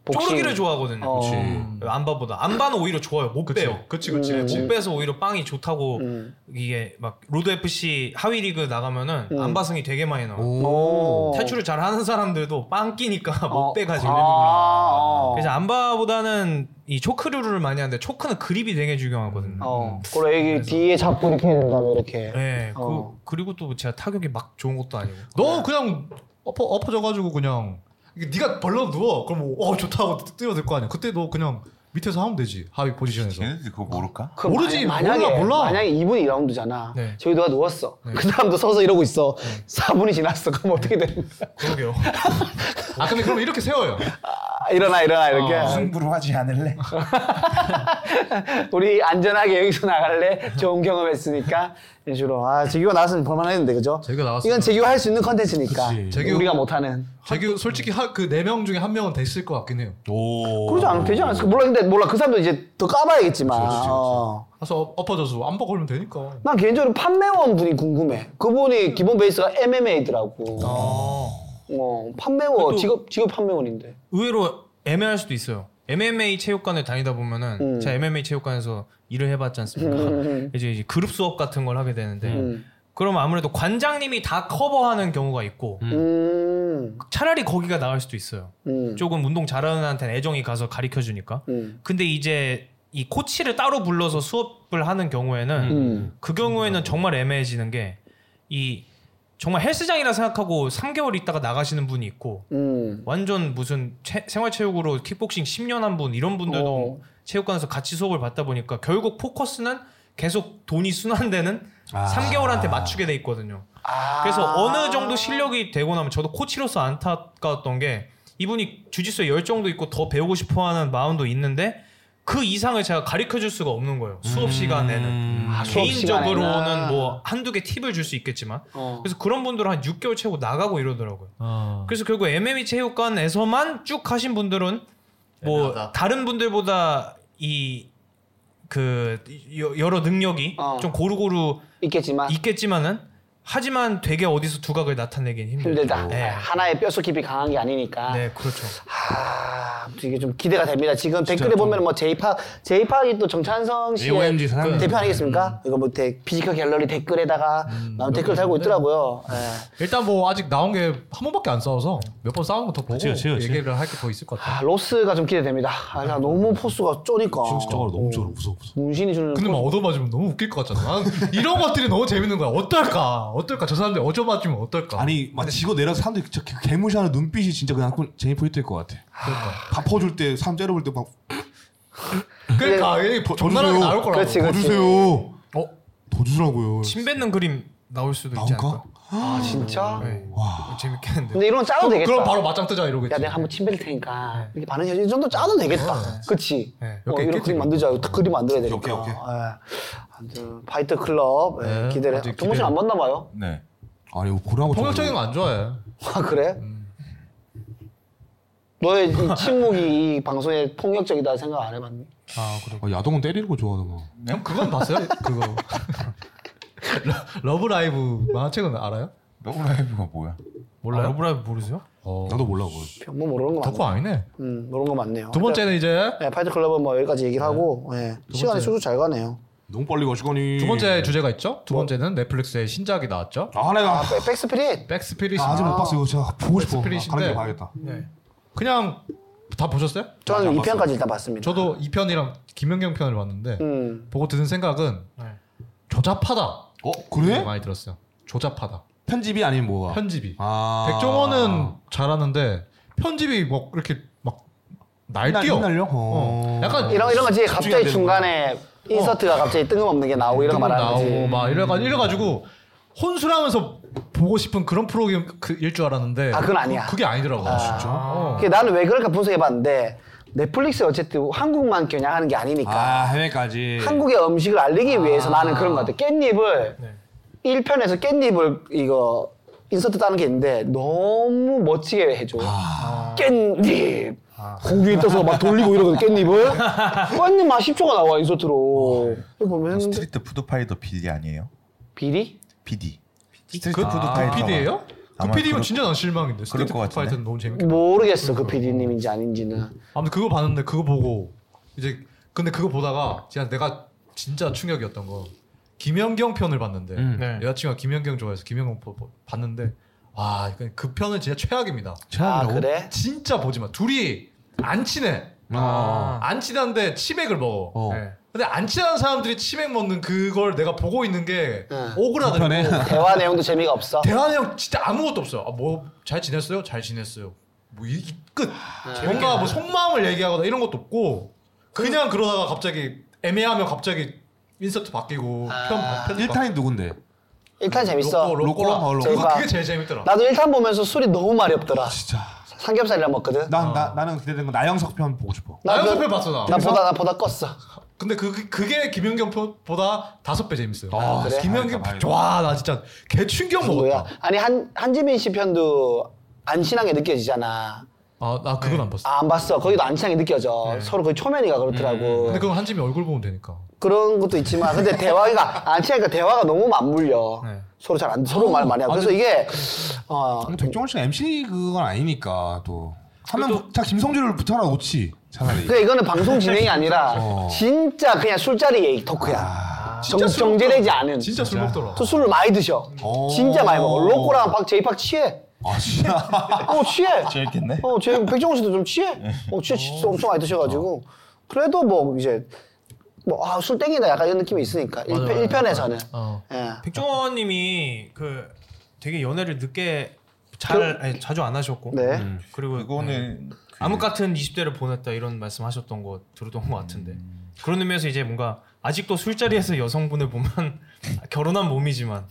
Speaker 1: 복싱.
Speaker 3: 쪼르기를 좋아하거든요.
Speaker 6: 음.
Speaker 1: 어. 그치.
Speaker 3: 음. 안바보다 안바는 오히려 좋아요. 못 빼요.
Speaker 5: 그치 그치 그치.
Speaker 3: 못 빼서 오히려 빵이 좋다고
Speaker 1: 음.
Speaker 3: 이게 막 로드 FC 하위 리그 나가면은 안바승이 되게 많이 나와. 요
Speaker 1: 음. 오.
Speaker 3: 탈출을 잘 하는 사람들도 빵 끼니까 못
Speaker 1: 어.
Speaker 3: 빼가지고.
Speaker 1: 아, 어.
Speaker 3: 그래서 안바보다는 이 초크류를 많이 하는데 초크는 그립이 되게 중요하거든요.
Speaker 5: 아, 음.
Speaker 1: 어. 그리고 여기 뒤에 잡고 이렇게 해야 된다며 이렇게.
Speaker 3: 네, 그,
Speaker 1: 어.
Speaker 3: 그리고 또 제가 타격이 막 좋은 것도 아니고.
Speaker 5: 너 그냥 엎어 엎어져가지고 그냥 이게 네가 벌러 누워 그럼 뭐, 어 좋다고 뛰어들 거 아니야 그때 너 그냥 밑에서 하면 되지 하위 포지션에서
Speaker 4: 걔네들 그거 모를까?
Speaker 1: 그
Speaker 5: 모르지,
Speaker 1: 만약에
Speaker 5: 몰라, 몰라.
Speaker 1: 만약에 2분이 2라운드잖아.
Speaker 3: 네.
Speaker 1: 저희 누가 누웠어. 그 사람도 서서 이러고 있어.
Speaker 5: 네.
Speaker 1: 4분이 지났어. 그럼 어떻게 되는 거야?
Speaker 3: 그러게요.
Speaker 5: 아 근데 그럼 이렇게 세워요
Speaker 1: 아, 일어나 일어나 이렇게.
Speaker 4: 승부로 하지 않을래?
Speaker 1: 우리 안전하게 여기서 나갈래? 좋은 경험 했으니까. 이런 식으로. 아, 재규가 나왔으면 볼만했는데, 그죠?
Speaker 5: 재규가 나왔으면-
Speaker 1: 이건 재규가 할 수 있는 컨텐츠니까.
Speaker 5: 재규-
Speaker 1: 우리가 못하는.
Speaker 5: 자기 솔직히
Speaker 3: 음.
Speaker 5: 그네 명 중에 한 명은 됐을 것 같긴 해요 어.
Speaker 6: 오.
Speaker 1: 그러지 않, 되지 않았을까? 몰라, 근데 몰라. 그 사람도 이제 더 까봐야겠지만. 어.
Speaker 5: 그래서 엎- 엎어져서 안버 걸면 되니까
Speaker 1: 난 개인적으로 판매원 분이 궁금해.
Speaker 3: 음.
Speaker 1: 그분이 기본 베이스가 MMA더라고. 어, 판매원,
Speaker 3: 아. 그래도-
Speaker 1: 직업, 직업 판매원인데.
Speaker 3: 의외로 애매할 수도 있어요. MMA 체육관을 다니다 보면은
Speaker 1: 음.
Speaker 3: 제가 MMA 체육관에서 일을 해봤지 않습니까? 이제, 이제 그룹 수업 같은 걸 하게 되는데
Speaker 1: 음.
Speaker 3: 그러면 아무래도 관장님이 다 커버하는 경우가 있고
Speaker 1: 음,
Speaker 3: 차라리 거기가 나을 수도 있어요.
Speaker 1: 음.
Speaker 3: 조금 운동 잘하는 애한테는 애정이 가서 가르쳐 주니까.
Speaker 1: 음.
Speaker 3: 근데 이제 이 코치를 따로 불러서 수업을 하는 경우에는
Speaker 1: 음.
Speaker 3: 그 경우에는 정말 애매해지는 게 이 정말 헬스장이라 생각하고 3개월 있다가 나가시는 분이 있고
Speaker 1: 음.
Speaker 3: 완전 무슨 체- 생활체육으로 킥복싱 10년 한 분 이런
Speaker 1: 어.
Speaker 3: 분들도 체육관에서 같이 수업을 받다 보니까 결국 포커스는 계속 돈이 순환되는 3개월한테 맞추게 돼 있거든요.
Speaker 1: 아.
Speaker 3: 그래서 어느 정도 실력이 되고 나면 저도 코치로서 안타까웠던 게 이분이 주짓수에 열정도 있고 더 배우고 싶어하는 마음도 있는데 그 이상을 제가 가르쳐 줄 수가 없는 거예요. 수업 시간에는
Speaker 1: 아, 수업 시간에는.
Speaker 3: 개인적으로는 뭐 한두 개 팁을 줄 수 있겠지만
Speaker 1: 어.
Speaker 3: 그래서 그런 분들은 한 6개월 채우고 나가고 이러더라고요.
Speaker 5: 아,
Speaker 3: 그래서 결국 MMA 체육관에서만 쭉 하신 분들은 뭐 다른 분들보다 이 그 여러 능력이
Speaker 1: 어. 아.
Speaker 3: 좀 고루고루
Speaker 1: 있겠지만.
Speaker 3: 있겠지만은 하지만 되게 어디서 두각을 나타내긴 힘들죠.
Speaker 1: 힘들다.
Speaker 3: 네.
Speaker 1: 하나의 뼛속 깊이 강한 게 아니니까.
Speaker 3: 네, 그렇죠.
Speaker 1: 아, 아무튼 이게 좀 기대가 됩니다. 지금 댓글에 보면 뭐 제이팍, 제이팍이 또 정찬성 씨의
Speaker 6: AOMG 사장님.
Speaker 1: 대표 아니겠습니까?
Speaker 3: 음.
Speaker 1: 이거 뭐 대, 피지컬 갤러리 댓글에다가 나름 댓글 달고 있더라고요.
Speaker 3: 네.
Speaker 1: 예.
Speaker 5: 일단 뭐 아직 나온 게 한 번밖에 안 싸워서 몇 번 싸우는 거 더 보고
Speaker 6: 그치, 그치, 그치.
Speaker 5: 얘기를 할 게 더 있을 것 같아
Speaker 1: 아, 로스가 좀 기대됩니다. 아, 나 너무 포스가 쪼니까.
Speaker 6: 정신적으로 너무 좋아 무서워 무서워.
Speaker 1: 문신이 주는.
Speaker 5: 근데 막
Speaker 1: 포스.
Speaker 5: 얻어맞으면 너무 웃길 것 같잖아 난 이런 것들이 너무 재밌는 거야 어떨까 어떨까 저 사람들 얻어맞으면 어떨까
Speaker 6: 아니 막 지고 내려서 사람들이 진짜 그 개- 개무시하는 눈빛이 진짜 그냥 그건 제니 포인트일 것 같아. 밥 퍼줄 때 사람 째려볼 때막
Speaker 5: 그러니까 이게
Speaker 6: 더- 더
Speaker 5: 존나게
Speaker 6: 주세요.
Speaker 5: 나올 거라고
Speaker 1: 네. 그렇지, 그렇지.
Speaker 6: 주세요.
Speaker 5: 어?
Speaker 6: 더 주더라고요.
Speaker 3: 침 뱉는 그림 나올 수도 있지
Speaker 6: 나올까?
Speaker 3: 않을까?
Speaker 1: 아 진짜?
Speaker 3: 네.
Speaker 6: 와.
Speaker 3: 재밌게 했는데.
Speaker 1: 근데 이런 짜도 되겠다.
Speaker 5: 그럼 바로 맞짱 뜨자 이러겠지.
Speaker 1: 야 내가 한번 침 뱉을 테니까 이렇게 반응해줘 이 정도 짜도 되겠다 그치
Speaker 3: 네,
Speaker 1: 어, 이런 그림 만들자 딱 그림 만들어야 되니까
Speaker 6: 오케이, 오케이.
Speaker 1: 예. 아무튼 파이터 클럽 예,
Speaker 5: 네,
Speaker 1: 기대를
Speaker 5: 아직
Speaker 1: 동호 씨안
Speaker 5: 기대.
Speaker 1: 봤나 봐요
Speaker 4: 네.
Speaker 6: 아니 이거 보라고.
Speaker 5: 폭력적인 거 안 좋아해.
Speaker 1: 아 그래? 너의 이 침묵이 이 방송에 폭력적이다 생각 안 해봤니?
Speaker 3: 아 그래.
Speaker 6: 아, 야동은 때리는 거 좋아하더만.
Speaker 3: 네?
Speaker 5: 형 그건 봤어요? 그거. 러, 브 라이브 만화책은 알아요?
Speaker 4: 러브라이브가 뭐야?
Speaker 3: 아, 러브라이브 모르세요?
Speaker 5: 어.
Speaker 6: 나도 몰라 그걸.
Speaker 1: 뭐 모르는 거 맞네
Speaker 5: 덕후 아니네.
Speaker 1: 음, 모르는 거 맞네요
Speaker 5: 두 번째는 이제
Speaker 1: 네, 파이터 클럽은 뭐 여기까지 얘기를 하고 예. 시간이 쑥쑥 잘 가네요
Speaker 6: 너무 빨리 가시거니.
Speaker 3: 예,
Speaker 5: 두 번째 주제가 있죠. 두 번째는 넷플릭스의 신작이 나왔죠.
Speaker 6: 뭐? 아 하나가.
Speaker 1: 아 백- 백스피릿
Speaker 5: 백스피릿.
Speaker 6: 아, 아직 못 봤어 이거 제가 보고 싶어. 아,
Speaker 5: 스프릿인데.
Speaker 6: 가는 길 봐야겠다.
Speaker 3: 네.
Speaker 5: 그냥 다 보셨어요?
Speaker 1: 저는
Speaker 6: 안
Speaker 1: 2편까지 일단 봤습니다
Speaker 5: 저도 이 편이랑 김연경 편을 봤는데
Speaker 1: 음.
Speaker 5: 보고 드는 생각은
Speaker 3: 네.
Speaker 5: 조잡하다.
Speaker 6: 어 그래?
Speaker 5: 네, 많이 들었어요. 조잡하다.
Speaker 6: 편집이 아닌 뭐가?
Speaker 5: 편집이.
Speaker 6: 아.
Speaker 5: 백종원은 잘하는데 편집이 뭐 이렇게 막 날뛰어.
Speaker 6: 날려.
Speaker 5: 어. 약간
Speaker 1: 이런 이런 거지
Speaker 6: 집중이 안
Speaker 1: 갑자기
Speaker 6: 되는구나.
Speaker 1: 중간에 인서트가 갑자기 뜬금없는 게 나오고 이런 거
Speaker 5: 어. 뜬금
Speaker 1: 말하는
Speaker 5: 나오고
Speaker 1: 거지 음.
Speaker 5: 막 이래가 이래가지고 혼술하면서 보고 싶은 그런 프로그램 그일 줄 알았는데
Speaker 1: 아, 그건 아니야.
Speaker 5: 그, 게 아니더라고. 요 진짜. 어.
Speaker 1: 그게 나는 왜 그럴까 분석해봤는데 넷플릭스 어쨌든 한국만 겨냥하는 게 아니니까
Speaker 6: 아 해외까지.
Speaker 5: 네.
Speaker 1: 한국의 음식을
Speaker 5: 아.
Speaker 1: 알리기 위해서 나는 그런 것 같아. 깻잎을
Speaker 3: 네.
Speaker 1: 1편에서 깻잎을 이거 인서트 따는 게 있는데 너무 멋지게 해줘.
Speaker 5: 아.
Speaker 1: 깻잎 고기에 떠서 막 돌리고 이러거든 깻잎을 깻잎 맛 10초가 나와
Speaker 5: 어.
Speaker 1: 인서트로. 이거 보면 했는데
Speaker 4: 스트리트 푸드파이터 PD 아니에요?
Speaker 1: 비리?
Speaker 4: PD.
Speaker 5: 그, 그
Speaker 4: 파이터가
Speaker 5: PD예요? 그
Speaker 4: 아, 아마
Speaker 5: PD면
Speaker 4: 그럴-
Speaker 5: 진짜 난 실망인데. 스테이트
Speaker 4: 것 같은데.
Speaker 5: 파이터는 너무 재밌게.
Speaker 1: 모르겠어 그 PD님인지 아닌지는.
Speaker 5: 아무튼 그거 봤는데 그거 보고 이제 근데 그거 보다가 진짜 내가 진짜 충격이었던 거 김연경 편을 봤는데
Speaker 1: 음.
Speaker 3: 네.
Speaker 5: 여자친구가 김연경 좋아해서 김연경 보- 보- 봤는데 와 이건 그 편은 진짜 최악입니다.
Speaker 1: 아 그래?
Speaker 5: 진짜 보지 마. 둘이 안 친해.
Speaker 3: 아.
Speaker 5: 안 친한데 치맥을 먹어.
Speaker 6: 어.
Speaker 3: 네.
Speaker 5: 근데 안 친한 사람들이 치맥 먹는 그걸 내가 보고 있는 게
Speaker 1: 응.
Speaker 5: 오그라드는 거.
Speaker 1: 대화 내용도 재미가 없어.
Speaker 5: 대환이 형 진짜 아무것도 없어요. 아, 뭐잘 지냈어요? 잘 지냈어요. 뭐이끝
Speaker 1: 네.
Speaker 5: 뭔가 뭐 속마음을 얘기하거나 이런 것도 없고 그냥 그러다가 갑자기 애매하면 갑자기 인서트 바뀌고
Speaker 1: 아.
Speaker 5: 편 편집
Speaker 6: 1탄이 누군데?
Speaker 1: 일단 재밌어.
Speaker 5: 바뀌고 로꼬
Speaker 6: 로꼬랑? 어,
Speaker 5: 로꼬
Speaker 6: 로꼬.
Speaker 5: 그거 그게 제일 재밌더라.
Speaker 1: 나도 1탄 보면서 술이 너무 말이
Speaker 5: 아,
Speaker 1: 없더라.
Speaker 6: 진짜.
Speaker 1: 삼겹살이랑 먹거든.
Speaker 6: 난 나 나는 기대된 거 나영석 편 보고 싶어.
Speaker 1: 나
Speaker 5: 나영석
Speaker 1: 그-
Speaker 5: 편 어. 봤어, 나.
Speaker 1: 나 보다 나 보다 껐어.
Speaker 5: 근데 그 그게 김연경 보다 다섯 배 재밌어요.
Speaker 6: 아,
Speaker 1: 그래?
Speaker 5: 김연경
Speaker 6: 다행이다, 다행이다.
Speaker 5: 와나 진짜 개 충격
Speaker 1: 뭐야?
Speaker 5: 먹었다.
Speaker 1: 아니 한 한지민 씨 편도 안친한 게 느껴지잖아.
Speaker 5: 아나 그건 안 봤어.
Speaker 1: 아, 안 봤어. 거기도 안친한 게 느껴져. 서로 거의 초면이가 그렇더라고.
Speaker 5: 네. 음. 근데 그건 한지미 얼굴 보면 되니까.
Speaker 1: 그런 것도 있지만 근데 대화가 안친하니까 대화가 너무 맞물려.
Speaker 5: 네.
Speaker 1: 서로 잘 안
Speaker 5: 어,
Speaker 1: 서로 말 많이 하고. 그래서 이게 어
Speaker 6: 근데 백종원 씨가 MC 그건 아니니까 또 하면 자 김성주를 붙여라 놓지 차라리.
Speaker 1: 그러니까 이거는 방송 진행이 아니라
Speaker 5: 어.
Speaker 1: 진짜 그냥 술자리 얘기 토크야.
Speaker 5: 아,
Speaker 1: 정, 정제되지 않은.
Speaker 5: 진짜 술 먹더라.
Speaker 1: 또 술을 많이 드셔.
Speaker 6: 오.
Speaker 1: 진짜 많이 먹어. 로꼬랑 박 제이팍 취해.
Speaker 6: 아 진짜.
Speaker 1: 어 취해.
Speaker 4: 재밌겠네.
Speaker 1: 어, 제 백종원 씨도 좀 취해.
Speaker 5: 네.
Speaker 1: 어, 취해 진짜 엄청 많이
Speaker 5: 어.
Speaker 1: 드셔가지고. 그래도 뭐 이제 뭐 아 술 땡기다 약간 이런 느낌이 있으니까
Speaker 5: 맞아, 맞아.
Speaker 1: 일편에서는
Speaker 5: 어.
Speaker 1: 예.
Speaker 3: 백종원님이 그 되게 연애를 늦게 잘 아니, 자주 안 하셨고.
Speaker 1: 네.
Speaker 3: 그리고
Speaker 4: 그거는 그-
Speaker 3: 암흑 같은 20대를 보냈다 이런 말씀하셨던 거 들었던 것 같은데
Speaker 5: 음.
Speaker 3: 그런 의미에서 이제 뭔가 아직도 술자리에서 여성분을 보면 결혼한 몸이지만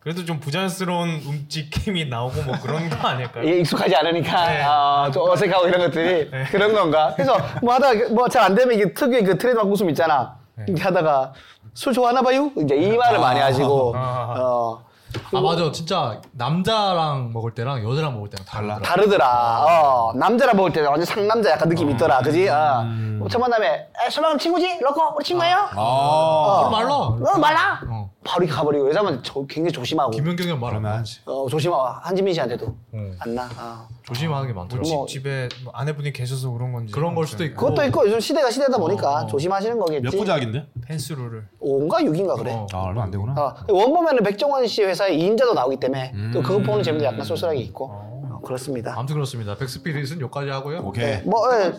Speaker 3: 그래도 좀 부자연스러운 움직임이 나오고 뭐 그런 거 아닐까요?
Speaker 1: 이게 익숙하지 않으니까
Speaker 3: 네.
Speaker 1: 아, 좀 어색하고 이런 것들이 그런 건가? 그래서 뭐 하다가 뭐 잘 안 되면 이게 특유의 그 트레이드마크 웃음 있잖아. 이렇게 하다가 술 좋아하나 봐요? 이제 이 말을 많이 하시고 어,
Speaker 5: 아 맞아 진짜 남자랑 먹을 때랑 여자랑 먹을 때랑 달라
Speaker 1: 다르더라. 어, 남자랑 먹을 때는 완전 상남자 약간 느낌이 있더라. 그지? 어. 첫 만남에 에, 술방 친구지? 로코 우리 친구예요?
Speaker 6: 아.
Speaker 1: 어.
Speaker 5: 말라
Speaker 1: 너 말라.
Speaker 5: 어.
Speaker 1: 바로 이렇게 가버리고 여자만 저, 굉장히 조심하고.
Speaker 5: 김연경이 말안
Speaker 6: 그러면
Speaker 5: 나.
Speaker 6: 하지.
Speaker 1: 어 조심하고 한지민 씨한테도
Speaker 5: 응.
Speaker 1: 안 나. 아.
Speaker 5: 조심하는 게 많더라고
Speaker 1: 뭐-
Speaker 3: 집에 뭐 아내분이 계셔서 그런 건지
Speaker 5: 그런 걸 수도 있고
Speaker 1: 그것도 있고 요즘 시대가 시대다 보니까 조심하시는 거겠지.
Speaker 6: 몇 부작인데?
Speaker 3: 펜스루를
Speaker 1: 5인가 6인가 그래.
Speaker 5: 어.
Speaker 6: 아 얼마 안 되구나.
Speaker 1: 어, 원보면은 백종원 씨 회사에 2인자도 나오기 때문에 또
Speaker 6: 음.
Speaker 1: 그거 보는 재미도 약간 쏠쏠하게 있고 어, 그렇습니다.
Speaker 5: 아무튼 그렇습니다 백스피릿은 여기까지 하고요
Speaker 6: 네. 오케이.
Speaker 1: 뭐 예,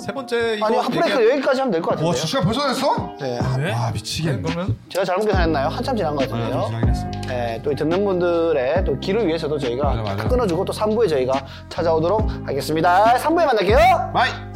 Speaker 5: 세 번째 이거
Speaker 1: 아니 핫브레이크 여기까지 하면 될 것
Speaker 6: 와
Speaker 1: 같은데요.
Speaker 6: 시간 벌써 됐어?
Speaker 1: 네,
Speaker 3: 네?
Speaker 6: 와
Speaker 5: 얘기해.
Speaker 6: 미치겠네.
Speaker 5: 그러면
Speaker 1: 제가 잘못 계산했나요? 한참 지난 것 같은데요.
Speaker 6: 네, 지나긴 했어.
Speaker 1: 예, 또 듣는 분들의 또 귀를 위해서도 저희가
Speaker 6: 맞아.
Speaker 1: 끊어주고 또 3부에 저희가 찾아오도록 하겠습니다. 3부에 만날게요.
Speaker 6: 바이.